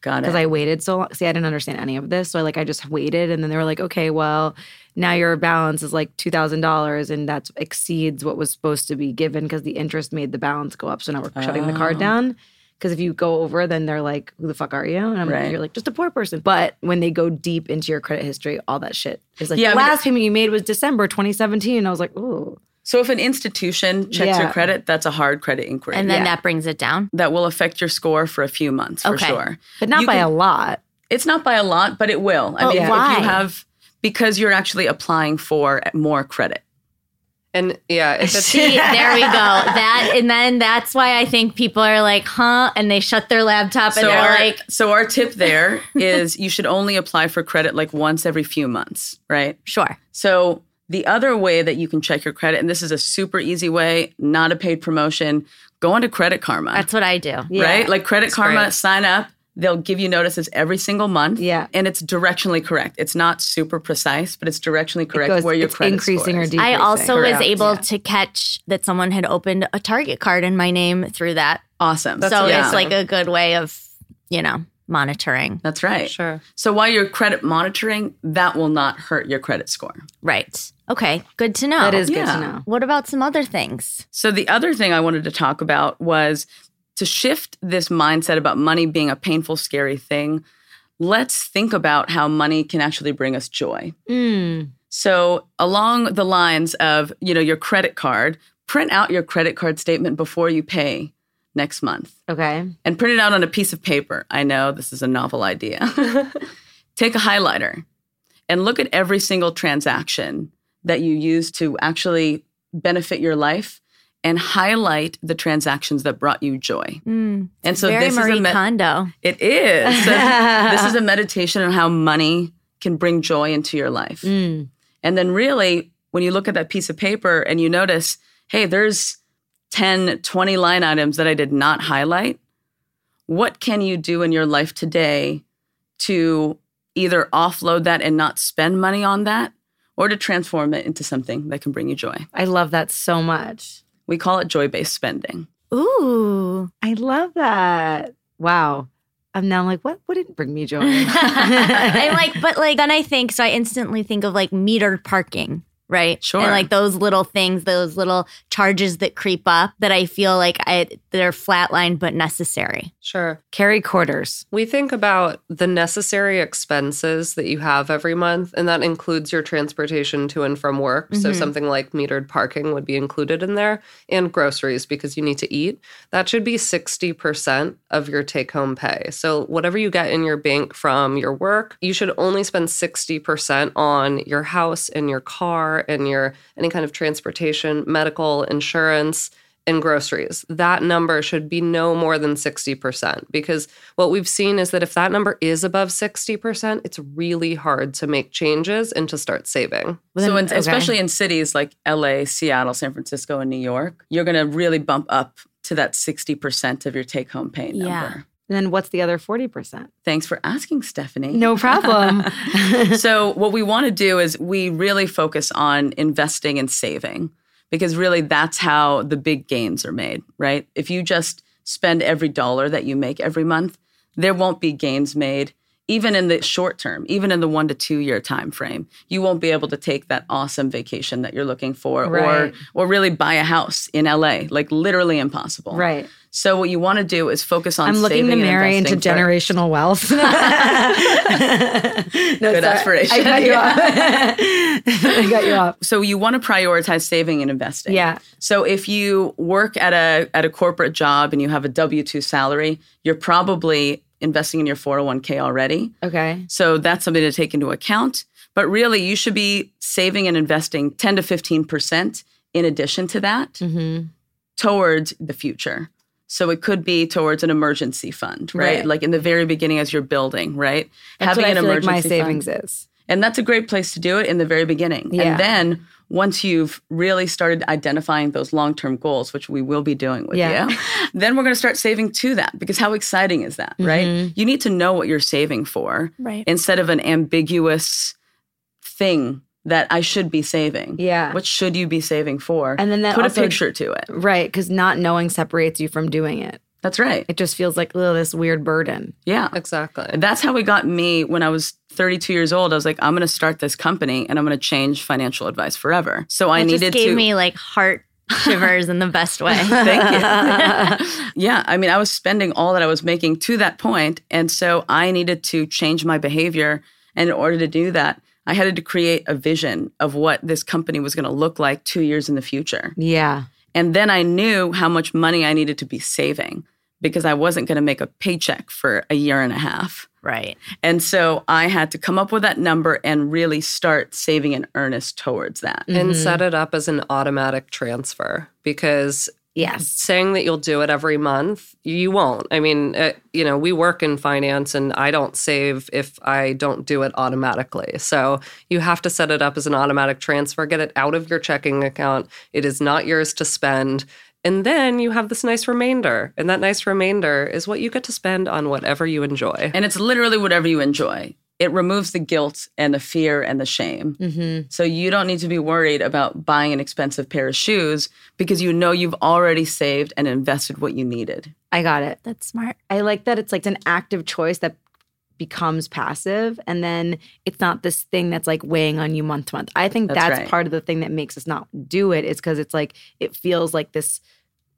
Speaker 5: Got it.
Speaker 3: because I waited so long. See, I didn't understand any of this, so I like I just waited, and then they were like, okay, well now your balance is like two thousand dollars, and that exceeds what was supposed to be given because the interest made the balance go up. So now we're shutting the card
Speaker 5: Oh.
Speaker 3: down. Because if you go over, then they're like, "Who the fuck are you?" And I'm
Speaker 5: Right.
Speaker 3: like, "You're like just a poor person." But when they go deep into your credit history, all that shit is like,
Speaker 5: Yeah,
Speaker 3: "The
Speaker 5: but-
Speaker 3: last payment you made was December 2017." And I was like, "Ooh,
Speaker 5: so if an institution checks your
Speaker 3: Yeah.
Speaker 5: credit, that's a hard credit inquiry.
Speaker 4: And then
Speaker 3: Yeah.
Speaker 4: that brings it down.
Speaker 5: that will affect your score for a few months for
Speaker 4: Okay.
Speaker 5: sure.
Speaker 3: but not
Speaker 5: You
Speaker 3: by
Speaker 5: can-
Speaker 3: a lot."
Speaker 5: It's not by a lot, but it will. I
Speaker 4: But
Speaker 5: mean, if
Speaker 4: why?
Speaker 5: you have because you're actually applying for more credit.
Speaker 6: And yeah, if it's
Speaker 4: See, there we go. That and then that's why I think people are like, huh? And they shut their laptop and they're
Speaker 5: our,
Speaker 4: like,
Speaker 5: so our tip there is you should only apply for credit like once every few months, right?
Speaker 4: sure.
Speaker 5: So the other way that you can check your credit, and this is a super easy way, not a paid promotion, go onto Credit Karma,
Speaker 4: That's what I do.
Speaker 5: right? Like Credit Karma,
Speaker 6: great.
Speaker 5: sign up. They'll give you notices every single month.
Speaker 3: Yeah.
Speaker 5: And it's directionally correct. It's not super precise, but it's directionally correct
Speaker 3: goes-
Speaker 5: where your
Speaker 3: it's
Speaker 5: credit
Speaker 3: increasing
Speaker 5: score
Speaker 3: or
Speaker 5: is.
Speaker 3: decreasing.
Speaker 4: I also
Speaker 6: Correct.
Speaker 4: was able to catch that someone had opened a Target card in my name through that.
Speaker 5: Awesome.
Speaker 4: so
Speaker 5: yeah.
Speaker 4: it's like a good way of, you know, monitoring.
Speaker 5: That's right.
Speaker 6: sure.
Speaker 5: So while you're credit monitoring, that will not hurt your credit score.
Speaker 4: Right. Okay. Good to know.
Speaker 3: That is good
Speaker 5: yeah.
Speaker 3: to know.
Speaker 4: What about some other things?
Speaker 5: So the other thing I wanted to talk about was to shift this mindset about money being a painful, scary thing. Let's think about how money can actually bring us joy.
Speaker 3: Mm.
Speaker 5: So along the lines of, you know, your credit card, print out your credit card statement before you pay next month
Speaker 3: Okay.
Speaker 5: and print it out on a piece of paper. I know this is a novel idea. Take a highlighter and look at every single transaction that you use to actually benefit your life and highlight the transactions that brought you joy.
Speaker 4: Mm,
Speaker 5: And so
Speaker 4: Very
Speaker 5: this
Speaker 4: Marie
Speaker 5: is a me-
Speaker 4: Kondo.
Speaker 5: it is. So this is a meditation on how money can bring joy into your life.
Speaker 3: Mm.
Speaker 5: And then really, when you look at that piece of paper and you notice, hey, there's 10, 20 line items that I did not highlight, what can you do in your life today to either offload that and not spend money on that or to transform it into something that can bring you joy?
Speaker 3: I love that so much.
Speaker 5: We call it joy based spending.
Speaker 4: Ooh.
Speaker 3: I love that. Wow. I'm now like, what wouldn't bring me joy?
Speaker 4: and like, but like, then I think, so I instantly think of like metered parking, right?
Speaker 5: Sure.
Speaker 4: And like those little things, those little charges that creep up that I feel like I, they're flatlined but necessary.
Speaker 6: Sure.
Speaker 3: carry quarters.
Speaker 6: We think about the necessary expenses that you have every month, and that includes your transportation to and from work. So,
Speaker 4: Mhm.
Speaker 6: something like metered parking would be included in there, and groceries because you need to eat. That should be 60% of your take home pay. So, whatever you get in your bank from your work, you should only spend 60% on your house and your car and your any kind of transportation, medical, insurance, and groceries. That number should be no more than 60% because what we've seen is that if that number is above 60%, it's really hard to make changes and to start saving.
Speaker 5: so, in,
Speaker 3: okay.
Speaker 5: especially in cities like LA, Seattle, San Francisco, and New York, you're going to really bump up to that 60% of your take home pay number.
Speaker 4: Yeah.
Speaker 3: Then what's the other 40%?
Speaker 5: Thanks for asking, Stephanie.
Speaker 3: No problem.
Speaker 5: so, what we want to do is we really focus on investing and saving because really that's how the big gains are made, right? If you just spend every dollar that you make every month, there won't be gains made even in the short term, even in the one to two year time frame, you won't be able to take that awesome vacation that you're looking for
Speaker 3: Right.
Speaker 5: or or really buy a house in LA. Like literally impossible.
Speaker 3: Right.
Speaker 5: So what you want to do is focus on
Speaker 3: I'm looking to
Speaker 5: saving and
Speaker 3: marry into
Speaker 5: investing for-
Speaker 3: generational wealth. no, Good
Speaker 5: aspiration.
Speaker 3: I got you off. I got you off.
Speaker 5: so you want to prioritize saving and investing.
Speaker 3: Yeah.
Speaker 5: So if you work at a at a corporate job and you have a W2 salary, you're probably investing in your 401k already.
Speaker 3: Okay.
Speaker 5: So that's something to take into account. But really, you should be saving and investing 10 to 15% in addition to that
Speaker 3: Mm-hmm.
Speaker 5: towards the future. So it could be towards an emergency fund, right?
Speaker 3: Right.
Speaker 5: Like in the very beginning as you're building, right?
Speaker 3: That's what I feel like my
Speaker 5: fund.
Speaker 3: savings is.
Speaker 5: And that's a great place to do it in the very beginning.
Speaker 3: Yeah.
Speaker 5: And then once you've really started identifying those long term goals, which we will be doing with
Speaker 3: Yeah.
Speaker 5: you, then we're going to start saving to that because how exciting is that,
Speaker 3: Mm-hmm.
Speaker 5: right? You need to know what you're saving for
Speaker 4: Right.
Speaker 5: instead of an ambiguous thing that I should be saving.
Speaker 3: Yeah.
Speaker 5: What should you be saving for?
Speaker 3: And then that
Speaker 5: put
Speaker 3: also-
Speaker 5: a picture to it.
Speaker 3: Right. Because not knowing separates you from doing it.
Speaker 5: That's right.
Speaker 3: It just feels like, oh, this weird burden.
Speaker 5: Yeah.
Speaker 6: Exactly.
Speaker 5: That's how it got me when I was 32 years old. I was like, I'm going to start this company and I'm going to change financial advice forever. So I
Speaker 4: That
Speaker 5: needed
Speaker 4: just gave
Speaker 5: to
Speaker 4: me like heart shivers in the best way.
Speaker 5: Thank you. yeah, I mean, I was spending all that I was making to that point, and so I needed to change my behavior. And in order to do that, I had to create a vision of what this company was going to look like two years in the future.
Speaker 3: Yeah.
Speaker 5: And then I knew how much money I needed to be saving because I wasn't going to make a paycheck for a year and a half.
Speaker 4: Right.
Speaker 5: And so I had to come up with that number and really start saving in earnest towards that.
Speaker 6: And set it up as an automatic transfer because
Speaker 3: Yes.
Speaker 6: saying that you'll do it every month, you won't. I mean, uh you know, we work in finance and I don't save if I don't do it automatically. So you have to set it up as an automatic transfer, get it out of your checking account. It is not yours to spend. And then you have this nice remainder. And that nice remainder is what you get to spend on whatever you enjoy.
Speaker 5: And it's literally whatever you enjoy. It removes the guilt and the fear and the shame.
Speaker 3: Mm-hmm.
Speaker 5: So you don't need to be worried about buying an expensive pair of shoes because you know you've already saved and invested what you needed.
Speaker 3: I got it.
Speaker 4: That's smart.
Speaker 3: I like that it's like an active choice that becomes passive and then it's not this thing that's like weighing on you month to month. I think
Speaker 5: That's
Speaker 3: that's,
Speaker 5: right.
Speaker 3: part of the thing that makes us not do it is cuz it's like it feels like this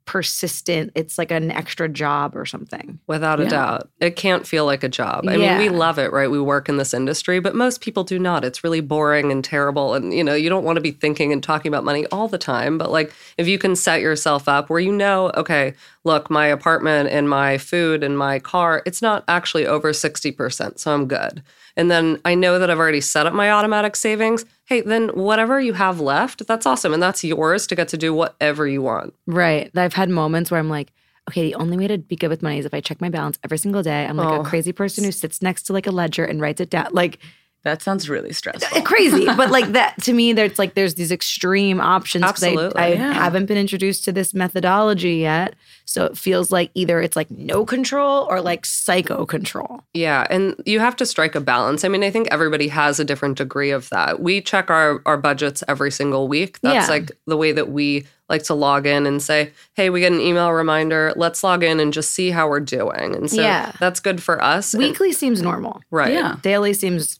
Speaker 3: persistent it's like an extra job or something.
Speaker 6: Without a
Speaker 5: Yeah.
Speaker 6: doubt. It can't feel like a job. I mean, we
Speaker 3: Yeah.
Speaker 6: love it, right? We work in this industry, but most people do not. It's really boring and terrible. And, you know, you don't want to be thinking and talking about money all the time. But, like, if you can set yourself up where you know, okay, look, my apartment and my food and my car, it's not actually over 60%. So I'm good. And then I know that I've already set up my automatic savings. Hey, then whatever you have left, that's awesome. And that's yours to get to do whatever you want.
Speaker 3: Right. I've had moments where I'm like Okay, the only way to be good with money is if I check my balance every single day. I'm like
Speaker 6: Oh.
Speaker 3: a crazy person who sits next to like a ledger and writes it down. Like
Speaker 5: That sounds really stressful.
Speaker 3: crazy but like that to me there's like there's these extreme options 'cause
Speaker 6: Absolutely,
Speaker 3: i, I
Speaker 5: yeah.
Speaker 3: haven't been introduced to this methodology yet so it feels like either it's like no control or like psycho control
Speaker 6: Yeah, and you have to strike a balance. I mean, I think everybody has a different degree of that. We check our our budgets every single week. That's
Speaker 3: Yeah.
Speaker 6: like the way that we like to log in and say, "Hey, we get an email reminder. Let's log in and just see how we're doing." And so
Speaker 3: Yeah.
Speaker 6: that's good for us. And-
Speaker 3: weekly seems normal
Speaker 6: right.
Speaker 5: Yeah.
Speaker 3: daily seems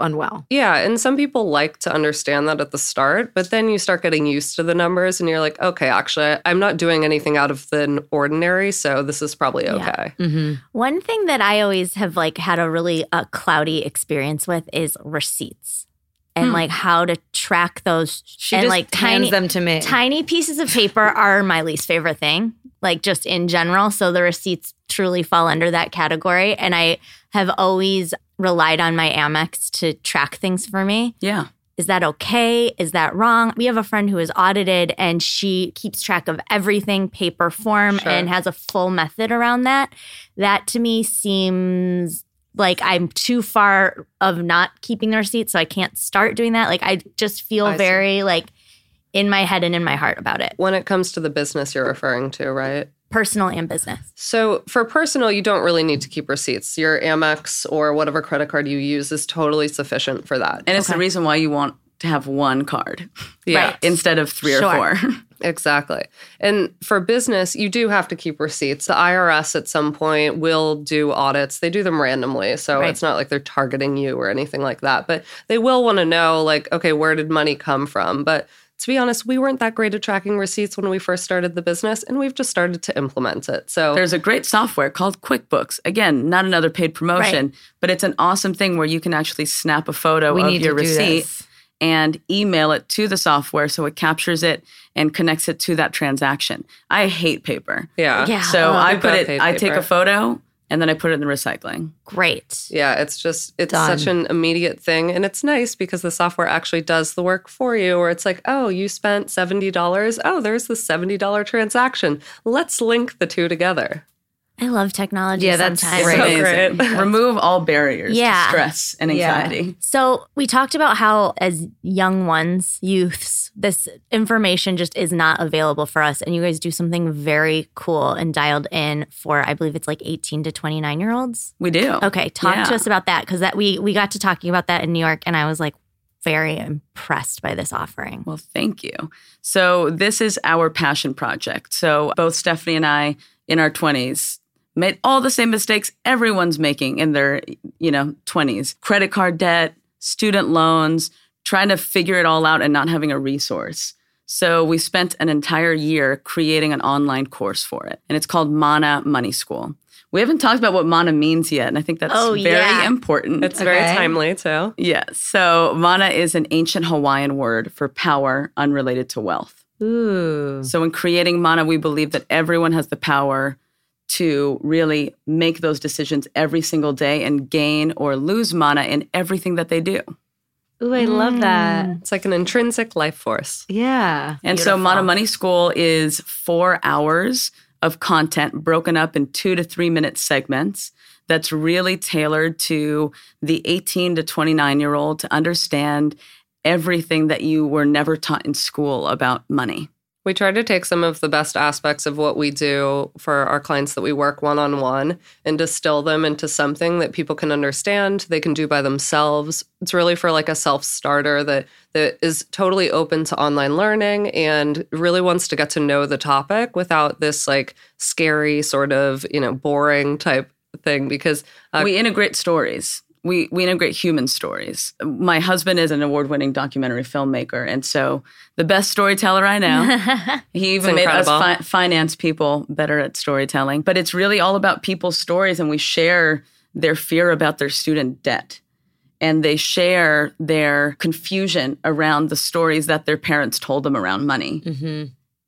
Speaker 3: unwell
Speaker 6: Yeah, and some people like to understand that at the start, but then you start getting used to the numbers and you're like, "Okay, actually, I'm not doing anything out of the ordinary, so this is probably okay."
Speaker 3: mm-hmm.
Speaker 4: One thing that I always have like had a really uh, cloudy experience with is receipts and like how to track those
Speaker 3: Hmm. she
Speaker 4: and
Speaker 3: just
Speaker 4: like
Speaker 3: hands
Speaker 4: tiny
Speaker 3: them to me
Speaker 4: tiny pieces of paper are my least favorite thing like just in general so the receipts truly fall under that category and I have always relied on my Amex to track things for me
Speaker 5: yeah.
Speaker 4: is that okay? Is that wrong? We have a friend who is audited and she keeps track of everything paper form
Speaker 6: Sure.
Speaker 4: and has a full method around that. That to me seems like I'm too far of not keeping the receipt, so I can't start doing that. Like I just feel
Speaker 6: I see.
Speaker 4: very like in my head and in my heart about it,
Speaker 6: When it comes to the business you're referring to, right?
Speaker 4: personal and business.
Speaker 6: So for personal, you don't really need to keep receipts. Your Amex or whatever credit card you use is totally sufficient for that.
Speaker 5: And it's the reason why you want to have one card
Speaker 6: yeah.
Speaker 4: Right.
Speaker 5: instead of three
Speaker 4: Sure.
Speaker 5: or four.
Speaker 6: Exactly. And for business, you do have to keep receipts. The IRS at some point will do audits. They do them randomly. So
Speaker 4: Right.
Speaker 6: it's not like they're targeting you or anything like that. But they will want to know, like, okay, where did money come from? But to be honest, we weren't that great at tracking receipts when we first started the business, and we've just started to implement it. So
Speaker 5: There's a great software called QuickBooks. Again, not another paid promotion, but it's an awesome thing where you can actually snap a photo
Speaker 3: We
Speaker 5: of
Speaker 3: need
Speaker 5: your
Speaker 3: to do
Speaker 5: receipt
Speaker 3: this.
Speaker 5: and email it to the software so it captures it and connects it to that transaction. I hate paper.
Speaker 6: yeah.
Speaker 4: Yeah. oh,
Speaker 5: So I
Speaker 6: we've
Speaker 5: put
Speaker 6: got
Speaker 5: it,
Speaker 6: paid
Speaker 5: I take a
Speaker 6: paper.
Speaker 5: photo and then I put it in the recycling.
Speaker 4: Great.
Speaker 6: Yeah, it's just it's
Speaker 3: Done.
Speaker 6: such an immediate thing and it's nice because the software actually does the work for you where it's like, "Oh, you spent $70. Oh, there's the $70 transaction. Let's link the two together."
Speaker 4: I love technology.
Speaker 3: Yeah, that's
Speaker 4: sometimes.
Speaker 3: great.
Speaker 5: It's amazing. Remove all barriers
Speaker 4: Yeah.
Speaker 5: to stress and
Speaker 3: Yeah.
Speaker 5: anxiety.
Speaker 4: So we talked about how as young ones, youths, this information just is not available for us. And you guys do something very cool and dialed in for I believe it's like 18 to 29 year olds.
Speaker 5: We do.
Speaker 4: Okay, talk to
Speaker 5: Yeah.
Speaker 4: us about that because that we we got to talking about that in New York and I was like very impressed by this offering.
Speaker 5: Well, thank you. So, this is our passion project. So, both Stephanie and I in our 20s made all the same mistakes everyone's making in their, you know, 20s. Credit card debt, student loans, trying to figure it all out and not having a resource. So, we spent an entire year creating an online course for it, and it's called Mana Money School. We haven't talked about what Mana means yet, and I think that's
Speaker 4: Oh,
Speaker 5: very
Speaker 4: yeah.
Speaker 5: important.
Speaker 6: It's very
Speaker 3: Okay.
Speaker 6: timely, too.
Speaker 5: Yeah. So mana is an ancient Hawaiian word for power unrelated to wealth.
Speaker 3: Ooh.
Speaker 5: So in creating mana, we believe that everyone has the power to really make those decisions every single day and gain or lose mana in everything that they do.
Speaker 3: Ooh, I
Speaker 5: Mm.
Speaker 3: love that.
Speaker 6: It's like an intrinsic life force.
Speaker 3: Yeah.
Speaker 5: And so Mana Money School is four hours of content broken up in two to three minute segments that's really tailored to the 18 to 29 year old to understand everything that you were never taught in school about money.
Speaker 6: We try to take some of the best aspects of what we do for our clients that we work one on one and distill them into something that people can understand, they can do by themselves. It's really for like a self starter that that is totally open to online learning and really wants to get to know the topic without this like scary sort of, you know, boring type thing because uh,
Speaker 5: we integrate stories. We, we integrate human stories. My husband is an award winning documentary filmmaker. And so, the best storyteller I know. He even made us
Speaker 6: incredible.
Speaker 5: fi- finance people better at storytelling. But it's really all about people's stories, and we share their fear about their student debt. And they share their confusion around the stories that their parents told them around money.
Speaker 3: Mm-hmm.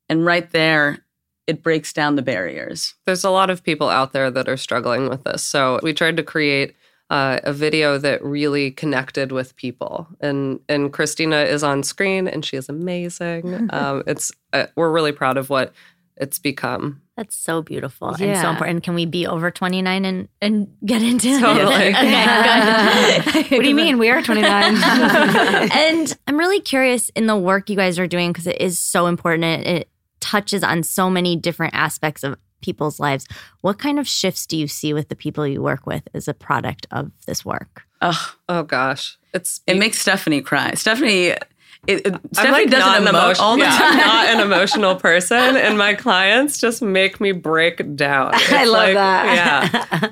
Speaker 5: And right there, it breaks down the barriers.
Speaker 6: there's a lot of people out there that are struggling with this. So we tried to create uh, a video that really connected with people, and and Christina is on screen and she is amazing. um, it's uh, we're really proud of what it's become.
Speaker 4: That's so beautiful and so
Speaker 3: Yeah.
Speaker 4: important. Can we be over 29 and and get into it?
Speaker 6: Totally.
Speaker 4: okay, good.
Speaker 3: What do you mean? We are 29.
Speaker 4: and I'm really curious in the work you guys are doing because it is so important. It, it touches on so many different aspects of people's lives. What kind of shifts do you see with the people you work with as a product of this work?
Speaker 5: Ugh,
Speaker 6: Oh gosh, it's
Speaker 5: it makes Stephanie cry. Stephanie, it, it-
Speaker 6: I'm
Speaker 5: Stephanie
Speaker 6: like not
Speaker 5: doesn't
Speaker 6: an
Speaker 5: emote
Speaker 6: emotional,
Speaker 5: all the
Speaker 6: yeah, I'm
Speaker 5: time.
Speaker 6: not an emotional person, and my clients just make me break down.
Speaker 3: I
Speaker 6: It's
Speaker 3: love
Speaker 6: like-
Speaker 3: that.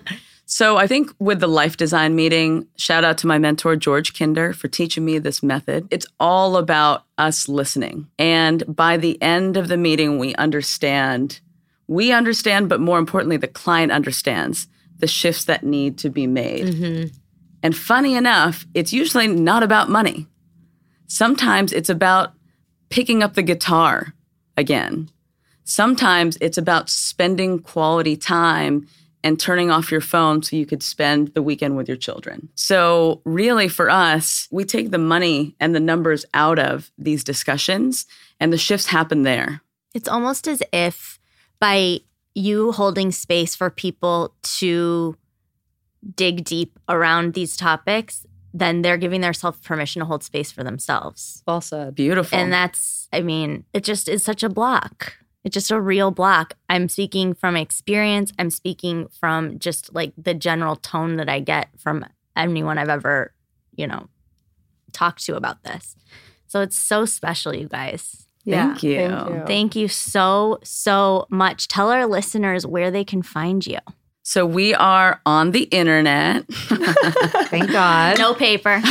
Speaker 6: Yeah,
Speaker 5: So I think with the life design meeting, shout out to my mentor, George Kinder, for teaching me this method. It's all about us listening. And by the end of the meeting, we understand, we understand, but more importantly, the client understands the shifts that need to be made.
Speaker 6: Mm-hmm.
Speaker 5: And funny enough, it's usually not about money. Sometimes it's about picking up the guitar again. Sometimes it's about spending quality time and turning off your phone so you could spend the weekend with your children. So, really, for us, we take the money and the numbers out of these discussions, and the shifts happen there.
Speaker 4: It's almost as if by you holding space for people to dig deep around these topics, then they're giving themselves permission to hold space for themselves.
Speaker 6: well said.
Speaker 5: Beautiful.
Speaker 4: And that's, I mean, it just is such a block. It's just a real block. I'm speaking from experience. I'm speaking from just like the general tone that I get from anyone I've ever, you know, talked to about this. So it's so special, you guys. Yeah.
Speaker 5: Thank you.
Speaker 3: Oh.
Speaker 4: Thank you so, so much. Tell our listeners where they can find you.
Speaker 5: So we are on the internet.
Speaker 8: Thank God.
Speaker 4: No paper.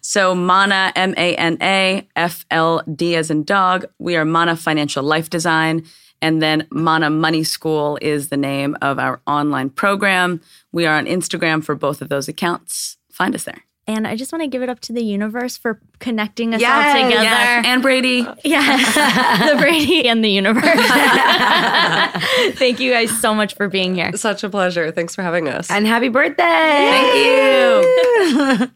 Speaker 5: So Mana, M A N A F L D as in dog. We are Mana Financial Life Design. And then Mana Money School is the name of our online program. We are on Instagram for both of those accounts. Find us there.
Speaker 4: and I just want to give it up to the universe for connecting us
Speaker 5: Yes,
Speaker 4: all together.
Speaker 5: yes. And Brady.
Speaker 4: Yes. the Brady and the universe. Thank you guys so much for being here.
Speaker 6: Such a pleasure. Thanks for having us.
Speaker 8: And happy birthday.
Speaker 5: Thank
Speaker 8: you.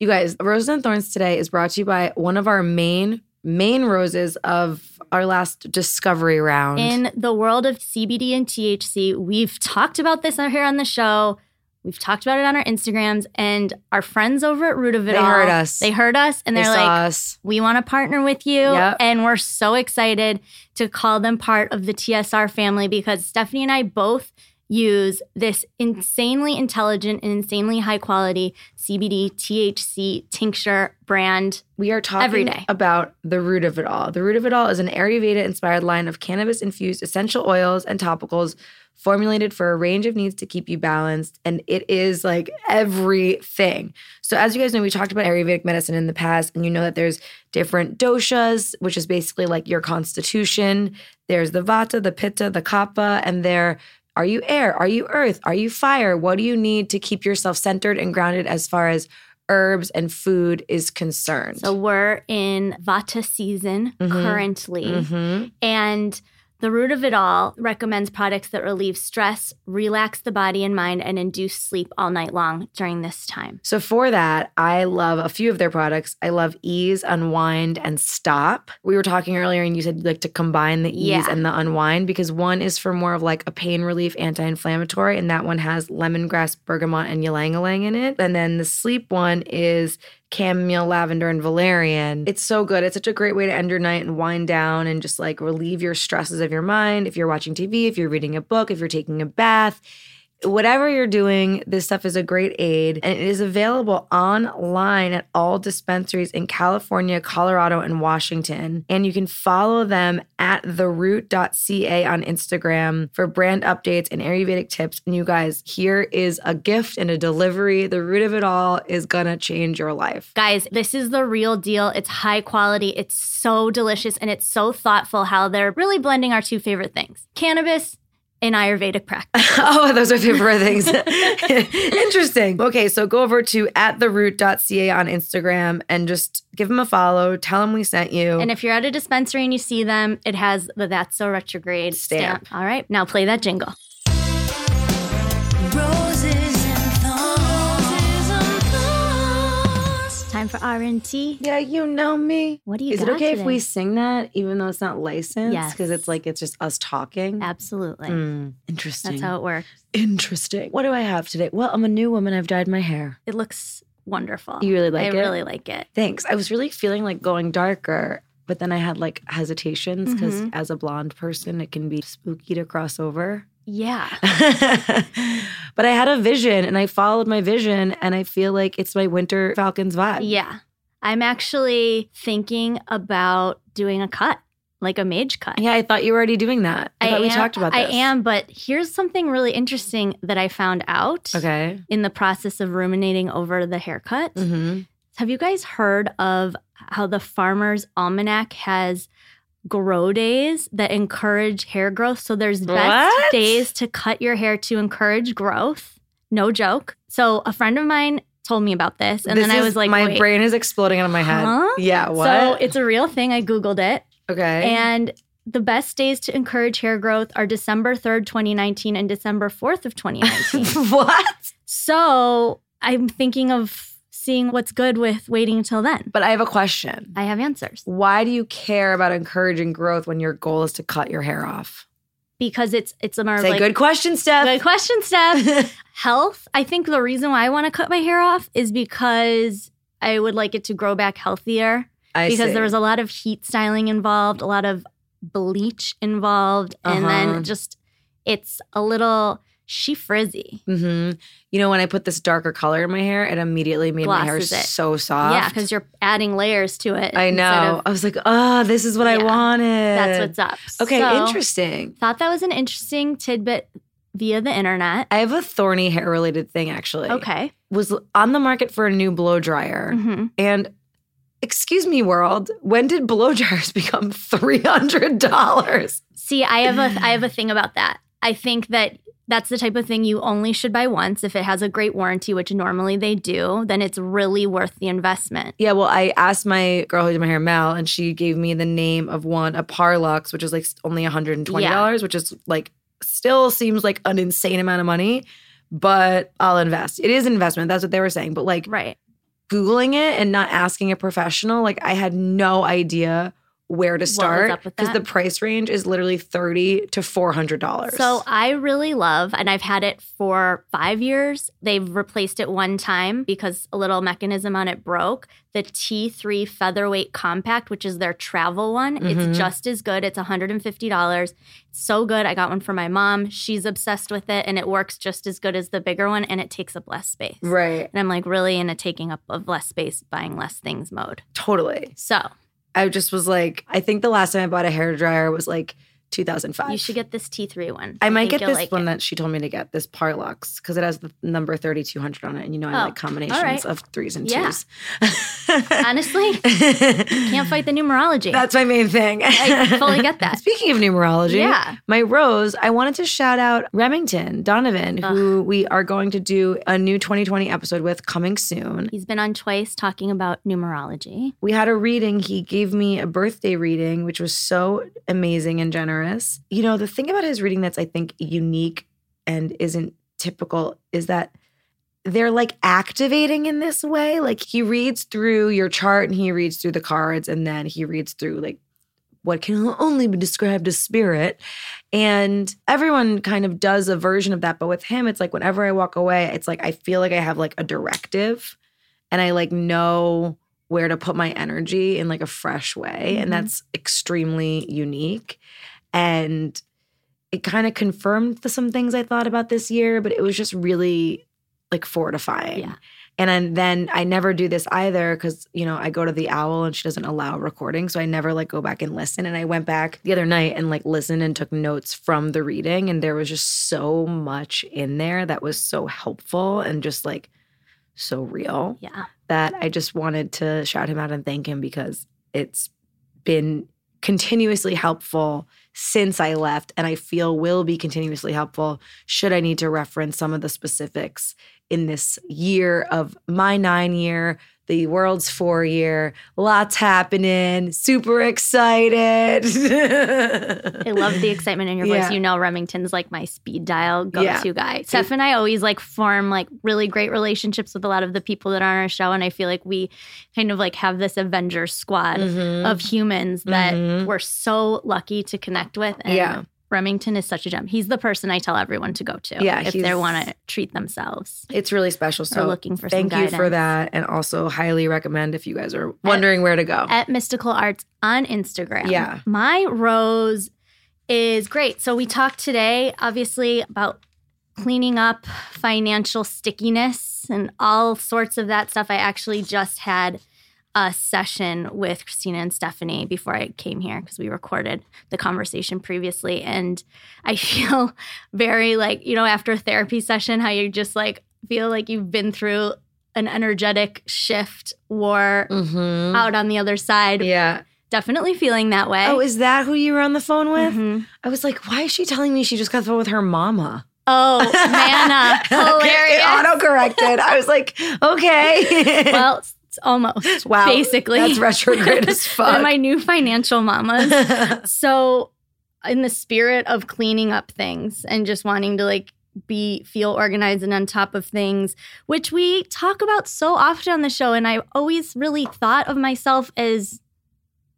Speaker 3: You guys, Roses and Thorns today is brought to you by one of our main, main roses of our last discovery round.
Speaker 4: In the world of CBD and THC, we've talked about this out here on the show. We've talked about it on our Instagrams, and our friends over at Root of It
Speaker 3: They
Speaker 4: All.
Speaker 3: heard us.
Speaker 4: They heard us, and
Speaker 3: they
Speaker 4: they're
Speaker 3: saw
Speaker 4: like,
Speaker 3: us.
Speaker 4: we want to partner with you.
Speaker 3: Yep.
Speaker 4: And we're so excited to call them part of the TSR family because Stephanie and I both use this insanely intelligent and insanely high quality CBD THC tincture brand.
Speaker 3: We are talking
Speaker 4: Every day.
Speaker 3: about the root of it all. The root of it all is an Ayurveda inspired line of cannabis infused essential oils and topicals formulated for a range of needs to keep you balanced. And it is like everything. So, as you guys know, we talked about Ayurvedic medicine in the past, and you know that there's different doshas, which is basically like your constitution. There's the vata, the pitta, the kapha, and there are you air? Are you earth? Are you fire? What do you need to keep yourself centered and grounded as far as herbs and food is concerned?
Speaker 4: So we're in Vata season currently.
Speaker 3: Mhm.
Speaker 4: And the root of it all recommends products that relieve stress, relax the body and mind, and induce sleep all night long during this time.
Speaker 3: So for that, I love a few of their products. I love Ease, Unwind, and Stop. We were talking earlier, and you said you like to combine the Ease
Speaker 4: Yeah.
Speaker 3: and the Unwind because one is for more of like a pain relief, anti-inflammatory, and that one has lemongrass, bergamot, and ylang ylang in it. And then the sleep one is chamomile, lavender, and valerian. It's so good. It's such a great way to end your night and wind down and just like relieve your stresses of your mind. If you're watching TV, if you're reading a book, if you're taking a bath, whatever you're doing, this stuff is a great aid and it is available online at all dispensaries in California, Colorado, and Washington. And you can follow them at theroot.ca on Instagram for brand updates and Ayurvedic tips. And you guys, here is a gift and a delivery. The root of it all is gonna change your life.
Speaker 4: Guys, this is the real deal. It's high quality, it's so delicious, and it's so thoughtful how they're really blending our two favorite things cannabis and Ayurvedic practice.
Speaker 3: oh, those are favorite things. Interesting. Okay, so go over to at theroot.ca on Instagram and just give them a follow. Tell them we sent you.
Speaker 4: and if you're at a dispensary and you see them, it has the That's So Retrograde
Speaker 3: Stamp.
Speaker 4: stamp. All right, now play that jingle. Time for R&T.
Speaker 3: Yeah, you know me.
Speaker 4: What do you
Speaker 3: Is it
Speaker 4: got
Speaker 3: okay if
Speaker 4: today?
Speaker 3: we sing that, even though it's not licensed? Because
Speaker 4: Yes.
Speaker 3: it's like it's just us talking.
Speaker 4: Absolutely.
Speaker 3: Mm, interesting.
Speaker 4: That's how it works.
Speaker 3: interesting. What do I have today? Well, I'm a new woman. I've dyed my hair.
Speaker 4: It looks wonderful.
Speaker 3: You really like
Speaker 4: I
Speaker 3: it?
Speaker 4: really like it.
Speaker 3: Thanks. I was really feeling like going darker, but then I had like hesitations because
Speaker 4: Mhm.
Speaker 3: as a blonde person, it can be spooky to cross over.
Speaker 4: Yeah.
Speaker 3: but I had a vision and I followed my vision, and I feel like it's my Winter Falcons vibe.
Speaker 4: Yeah. I'm actually thinking about doing a cut, like a mage cut.
Speaker 3: Yeah, I thought you were already doing that. I, thought we
Speaker 4: am-
Speaker 3: talked about
Speaker 4: I
Speaker 3: this.
Speaker 4: am, but here's something really interesting that I found out
Speaker 3: Okay.
Speaker 4: in the process of ruminating over the haircut.
Speaker 3: Mm-hmm.
Speaker 4: Have you guys heard of how the Farmer's Almanac has grow days that encourage hair growth? So there's best
Speaker 6: What?
Speaker 4: days to cut your hair to encourage growth. No joke. So a friend of mine told me about this, and
Speaker 3: This
Speaker 4: then I
Speaker 3: is-
Speaker 4: was like,
Speaker 3: my
Speaker 4: wait,
Speaker 3: brain is exploding out of my head.
Speaker 4: huh?
Speaker 3: Yeah, what?
Speaker 4: So it's a real thing. I Googled it.
Speaker 3: okay.
Speaker 4: And the best days to encourage hair growth are December 3rd, 2019 and December 4th of 2019.
Speaker 3: what?
Speaker 4: so I'm thinking of seeing what's good with waiting until then.
Speaker 3: But I have a question.
Speaker 4: I have answers
Speaker 3: Why do you care about encouraging growth when your goal is to cut your hair off?
Speaker 4: because it's it's a more
Speaker 3: Say
Speaker 4: like
Speaker 3: good question, Steph.
Speaker 4: good question, Steph. Health. I think the reason why I want to cut my hair off is because I would like it to grow back healthier.
Speaker 3: I
Speaker 4: because
Speaker 3: see.
Speaker 4: there was a lot of heat styling involved, a lot of bleach involved, and
Speaker 3: Uh-huh.
Speaker 4: then just it's a little she frizzy.
Speaker 3: Mm-hmm. You know, when I put this darker color in my hair, it immediately made my hair
Speaker 4: Glosses it.
Speaker 3: so soft.
Speaker 4: Yeah, because you're adding layers to it.
Speaker 3: I
Speaker 4: instead
Speaker 3: know.
Speaker 4: of-
Speaker 3: I was like, oh, this is what I
Speaker 4: Yeah.
Speaker 3: wanted.
Speaker 4: that's what's up.
Speaker 3: Okay,
Speaker 4: So,
Speaker 3: interesting.
Speaker 4: Thought that was an interesting tidbit via the internet.
Speaker 3: I have a thorny hair related thing actually.
Speaker 4: Okay.
Speaker 3: Was on the market for a new blow dryer.
Speaker 4: hmm
Speaker 3: And excuse me, world, when did blow dryers become $300?
Speaker 4: See, I have a I have a thing about that. I think that that's the type of thing you only should buy once if it has a great warranty, which normally they do, then it's really worth the investment.
Speaker 3: Yeah, well, I asked my girl who did my hair, Mel, and she gave me the name of one, a Parlux, which is like only $120, which is like still seems like an insane amount of money, but I'll invest. It is an investment. That's what they were saying. But like
Speaker 4: Right.
Speaker 3: Googling it and not asking a professional, like I had no idea where to
Speaker 4: was
Speaker 3: start
Speaker 4: up with
Speaker 3: because
Speaker 4: that?
Speaker 3: the price range is literally 30 to $400.
Speaker 4: So I really love, and I've had it for five years. They've replaced it one time because a little mechanism on it broke. The T3 Featherweight Compact, which is their travel one,
Speaker 3: Mhm.
Speaker 4: it's just as good. It's $150. It's so good. I got one for my mom. She's obsessed with it, and it works just as good as the bigger one, and it takes up less space.
Speaker 3: right.
Speaker 4: And I'm like really in a taking up of less space, buying less things mode.
Speaker 3: Totally.
Speaker 4: So
Speaker 3: I just was like, I think the last time I bought a hair dryer was like 2005.
Speaker 4: you should get this T3 one.
Speaker 3: I might
Speaker 4: think
Speaker 3: get
Speaker 4: you'll
Speaker 3: this
Speaker 4: like
Speaker 3: one
Speaker 4: it.
Speaker 3: that she told me to get, this Parlux, because it has the number 3200 on it. And you know, I
Speaker 4: Oh,
Speaker 3: like combinations
Speaker 4: alright.
Speaker 3: of threes and
Speaker 4: Yeah.
Speaker 3: twos.
Speaker 4: Honestly, can't fight the numerology.
Speaker 3: That's my main thing.
Speaker 4: I fully get that.
Speaker 3: Speaking of numerology,
Speaker 4: Yeah.
Speaker 3: my rose, I wanted to shout out Remington Donovan, who we are going to do a new 2020 episode with coming soon.
Speaker 4: He's been on twice talking about numerology.
Speaker 3: We had a reading. He gave me a birthday reading, which was so amazing and generous. You know, the thing about his reading that's, I think, unique and isn't typical is that they're like activating in this way. Like he reads through your chart and he reads through the cards and then he reads through like what can only be described as spirit. And everyone kind of does a version of that. But with him, it's like whenever I walk away, it's like I feel like I have like a directive and I like know where to put my energy in like a fresh way. And
Speaker 4: Mhm.
Speaker 3: that's extremely unique. And it kind of confirmed the, some things I thought about this year, but it was just really like fortifying.
Speaker 4: Yeah.
Speaker 3: And I- then I never do this either because, you know, I go to the owl and she doesn't allow recording. So I never like go back and listen. And I went back the other night and like listened and took notes from the reading. And there was just so much in there that was so helpful and just like so real
Speaker 4: Yeah.
Speaker 3: that I just wanted to shout him out and thank him because it's been continuously helpful since I left and I feel will be continuously helpful should I need to reference some of the specifics in this year of my 9 year the world's 4 year lots happening super excited
Speaker 4: I love the excitement in your voice.
Speaker 3: Yeah.
Speaker 4: You know Remington's like my speed dial go-to
Speaker 3: Yeah.
Speaker 4: guy. Steph and I always like form like really great relationships with a lot of the people that are on our show. And I feel like we kind of like have this Avenger squad
Speaker 3: Mhm.
Speaker 4: of humans that
Speaker 3: Mhm.
Speaker 4: we're so lucky to connect with. And
Speaker 3: Yeah.
Speaker 4: Remington is such a gem. He's the person I tell everyone to go to
Speaker 3: Yeah,
Speaker 4: if they
Speaker 3: he's-
Speaker 4: want to treat themselves.
Speaker 3: it's really special so
Speaker 4: or looking for
Speaker 3: thank
Speaker 4: some
Speaker 3: you
Speaker 4: guidance.
Speaker 3: for that and also highly recommend if you guys are wondering where to go
Speaker 4: at Mystical Arts on Instagram.
Speaker 3: Yeah.
Speaker 4: My rose is great. So we talked today, obviously, about cleaning up financial stickiness and all sorts of that stuff. I actually just had a session with Christina and Stephanie before I came here because we recorded the conversation previously. And I feel very like, you know, after a therapy session, how you just like feel like you've been through an energetic shift war
Speaker 3: Mhm.
Speaker 4: out on the other side.
Speaker 3: yeah
Speaker 4: Definitely feeling that way.
Speaker 3: Oh, is that who you were on the phone with?
Speaker 4: Mhm.
Speaker 3: Mm-hmm. I was like, why is she telling me she just got off the phone with her mama?
Speaker 4: Oh, Manna.
Speaker 3: Very
Speaker 4: Hilarious.
Speaker 3: autocorrected. I was like, okay.
Speaker 4: well, it's almost.
Speaker 3: Wow,
Speaker 4: Basically.
Speaker 3: that's retrograde as
Speaker 4: They're
Speaker 3: fuck.
Speaker 4: my new financial mamas. so, in the spirit of cleaning up things and just wanting to like be feel organized and on top of things, which we talk about so often on the show, and I always really thought of myself as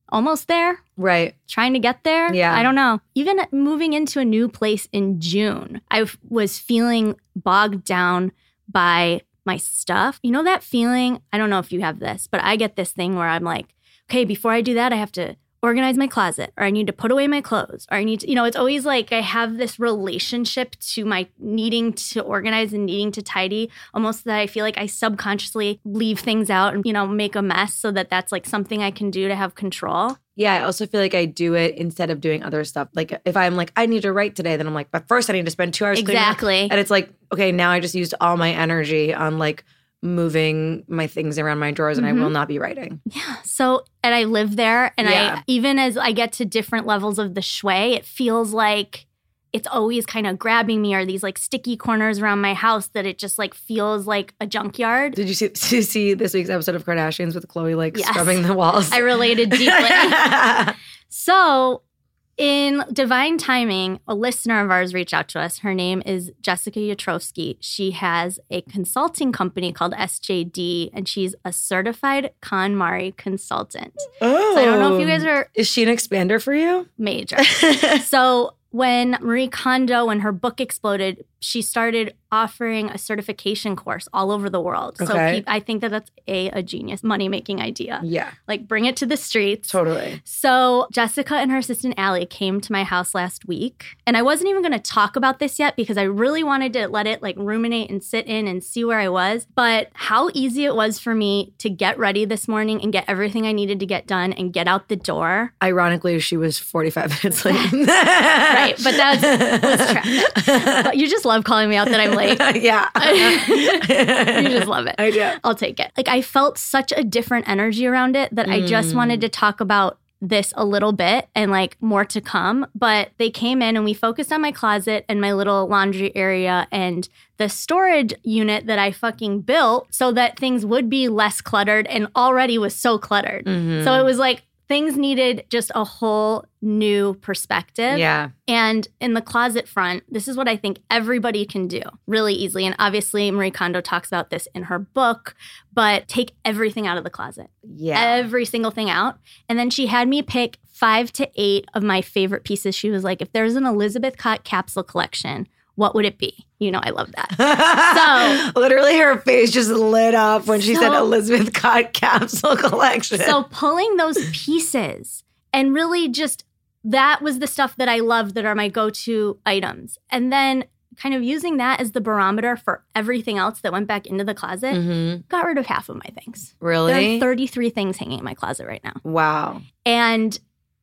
Speaker 4: almost there.
Speaker 3: right.
Speaker 4: trying to get there.
Speaker 3: Yeah.
Speaker 4: I don't know. Even moving into a new place in June, I f- was feeling bogged down by my stuff. You know that feeling? I don't know if you have this, but I get this thing where I'm like, okay, before I do that, I have to organize my closet or I need to put away my clothes or I need to, you know, it's always like I have this relationship to my needing to organize and needing to tidy almost that I feel like I subconsciously leave things out and, you know, make a mess so that that's like something I can do to have control.
Speaker 3: Yeah, I also feel like I do it instead of doing other stuff. Like if I'm like, I need to write today, then I'm like, but first I need to spend two hours cleaning up.
Speaker 4: Exactly.
Speaker 3: And it's like, okay, now I just used all my energy on like moving my things around my drawers and
Speaker 4: Mm-hmm.
Speaker 3: I will not be writing.
Speaker 4: So, and I live there, and
Speaker 3: Yeah.
Speaker 4: I even as I get to different levels of the shui, it feels like it's always kind of grabbing me. Are these like sticky corners around my house that it just like feels like a junkyard?
Speaker 3: Did you see, did you see this week's episode of Kardashians with Chloe like
Speaker 4: Yes.
Speaker 3: scrubbing the walls?
Speaker 4: I related deeply. So, in divine timing, a listener of ours reached out to us. Her name is Jessica Yatrovsky. She has a consulting company called SJD, and she's a certified KonMari consultant.
Speaker 3: oh.
Speaker 4: So, I don't know if you guys are
Speaker 3: Is she an expander for you?
Speaker 4: major. so, when Marie Kondo and her book exploded, she started offering a certification course all over the world. So,
Speaker 3: Okay.
Speaker 4: keep, I think that that's a, a genius money making idea.
Speaker 3: Yeah,
Speaker 4: Like, bring it to the streets.
Speaker 3: totally.
Speaker 4: So, Jessica and her assistant Allie came to my house last week, and I wasn't even going to talk about this yet because I really wanted to let it like ruminate and sit in and see where I was. But how easy it was for me to get ready this morning and get everything I needed to get done and get out the door.
Speaker 3: Ironically, she was 45 minutes late.
Speaker 4: Right,
Speaker 3: right,
Speaker 4: but that's was traffic. But you just love calling me out that I'm late.
Speaker 3: yeah.
Speaker 4: you just love it.
Speaker 3: I do.
Speaker 4: I'll take it. Like I felt such a different energy around it that I just
Speaker 3: Mm.
Speaker 4: wanted to talk about this a little bit and like more to come. But they came in and we focused on my closet and my little laundry area and the storage unit that I fucking built so that things would be less cluttered and already was so cluttered. So it was like things needed just a whole new perspective.
Speaker 3: yeah.
Speaker 4: And in the closet front, this is what I think everybody can do really easily. And obviously, Marie Kondo talks about this in her book, but take everything out of the closet,
Speaker 3: Yeah.
Speaker 4: every single thing out. And then she had me pick five to eight of my favorite pieces. She was like, if there's an Elizabeth Cott capsule collection, what would it be? You know, I love that. So-
Speaker 3: literally, her face just lit up when she said
Speaker 4: So-
Speaker 3: Elizabeth Cott capsule collection.
Speaker 4: So pulling those pieces and really just that was the stuff that I love that are my go-to items. And then kind of using that as the barometer for everything else that went back into the closet,
Speaker 3: Mhm.
Speaker 4: got rid of half of my things. There are
Speaker 3: really?
Speaker 4: 33 things hanging in my closet right now.
Speaker 3: wow.
Speaker 4: And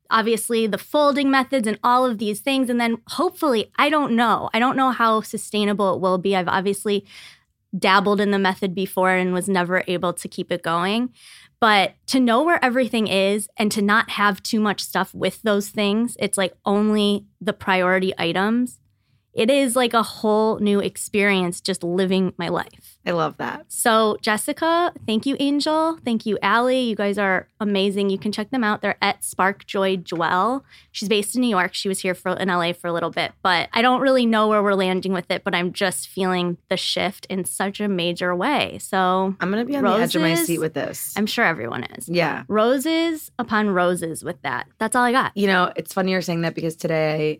Speaker 4: obviously the folding methods and all of these things and then hopefully I don't know. I don't know how sustainable it will be. I've obviously dabbled in the method before and was never able to keep it going. But to know where everything is and to not have too much stuff with those things, it's like only the priority items. It is like a whole new experience just living my life.
Speaker 3: I love that.
Speaker 4: So, Jessica, thank you, Angel. Thank you, Allie. You guys are amazing. You can check them out. They're at Spark Joy Dwell. She's based in New York. She was here for in LA for a little bit, but I don't really know where we're landing with it, but I'm just feeling the shift in such a major way. So
Speaker 3: I'm going to be on the edge of my
Speaker 4: Roses?
Speaker 3: seat with this.
Speaker 4: I'm sure everyone is.
Speaker 3: yeah.
Speaker 4: Roses upon roses with that. That's all I got.
Speaker 3: You know, it's funny you're saying that because today I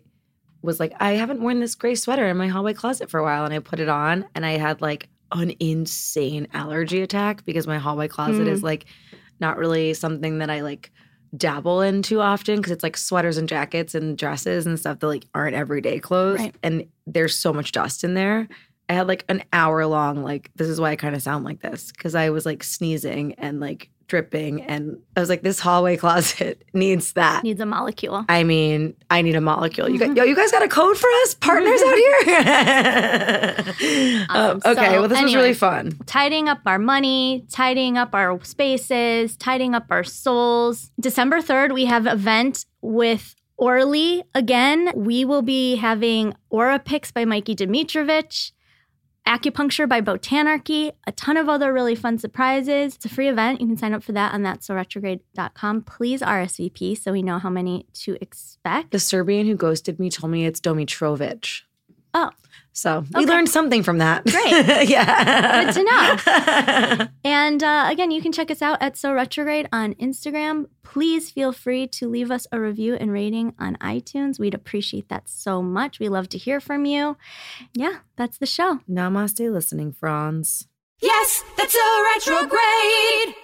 Speaker 3: was like, I haven't worn this gray sweater in my hallway closet for a while. And I put it on and I had like an insane allergy attack because my hallway closet
Speaker 4: Mm.
Speaker 3: is like not really something that I like dabble in too often because it's like sweaters and jackets and dresses and stuff that like aren't everyday clothes.
Speaker 4: Right.
Speaker 3: And there's so much dust in there. I had like an hour long, like, this is why I kind of sound like this because I was like sneezing and like dripping. And I was like, this hallway closet needs that.
Speaker 4: Needs a molecule.
Speaker 3: I mean, I need a molecule. You
Speaker 4: Mm-hmm.
Speaker 3: guys, yo, you guys got a code for us, partners out here. Um,
Speaker 4: Awesome.
Speaker 3: okay,
Speaker 4: So,
Speaker 3: well, this was really
Speaker 4: anyway.
Speaker 3: fun.
Speaker 4: tidying up our money, tidying up our spaces, tidying up our souls. December 3rd, we have an event with Orly again. We will be having Aura Picks by Mikey Dimitrovich, acupuncture by Botanarchy, a ton of other really fun surprises. It's a free event. You can sign up for that on thatsoretrograde.com. Please RSVP so we know how many to expect.
Speaker 3: The Serbian who ghosted me told me it's Domitrovic.
Speaker 4: Oh.
Speaker 3: So we
Speaker 4: Okay.
Speaker 3: learned something from that.
Speaker 4: Great.
Speaker 3: yeah.
Speaker 4: Good to know.
Speaker 3: know.
Speaker 4: And uh, again, you can check us out at So Retrograde on Instagram. Please feel free to leave us a review and rating on iTunes. We'd appreciate that so much. We love to hear from you. Yeah, that's the show.
Speaker 3: Namaste, listening, Franz.
Speaker 2: Yes, that's a retrograde.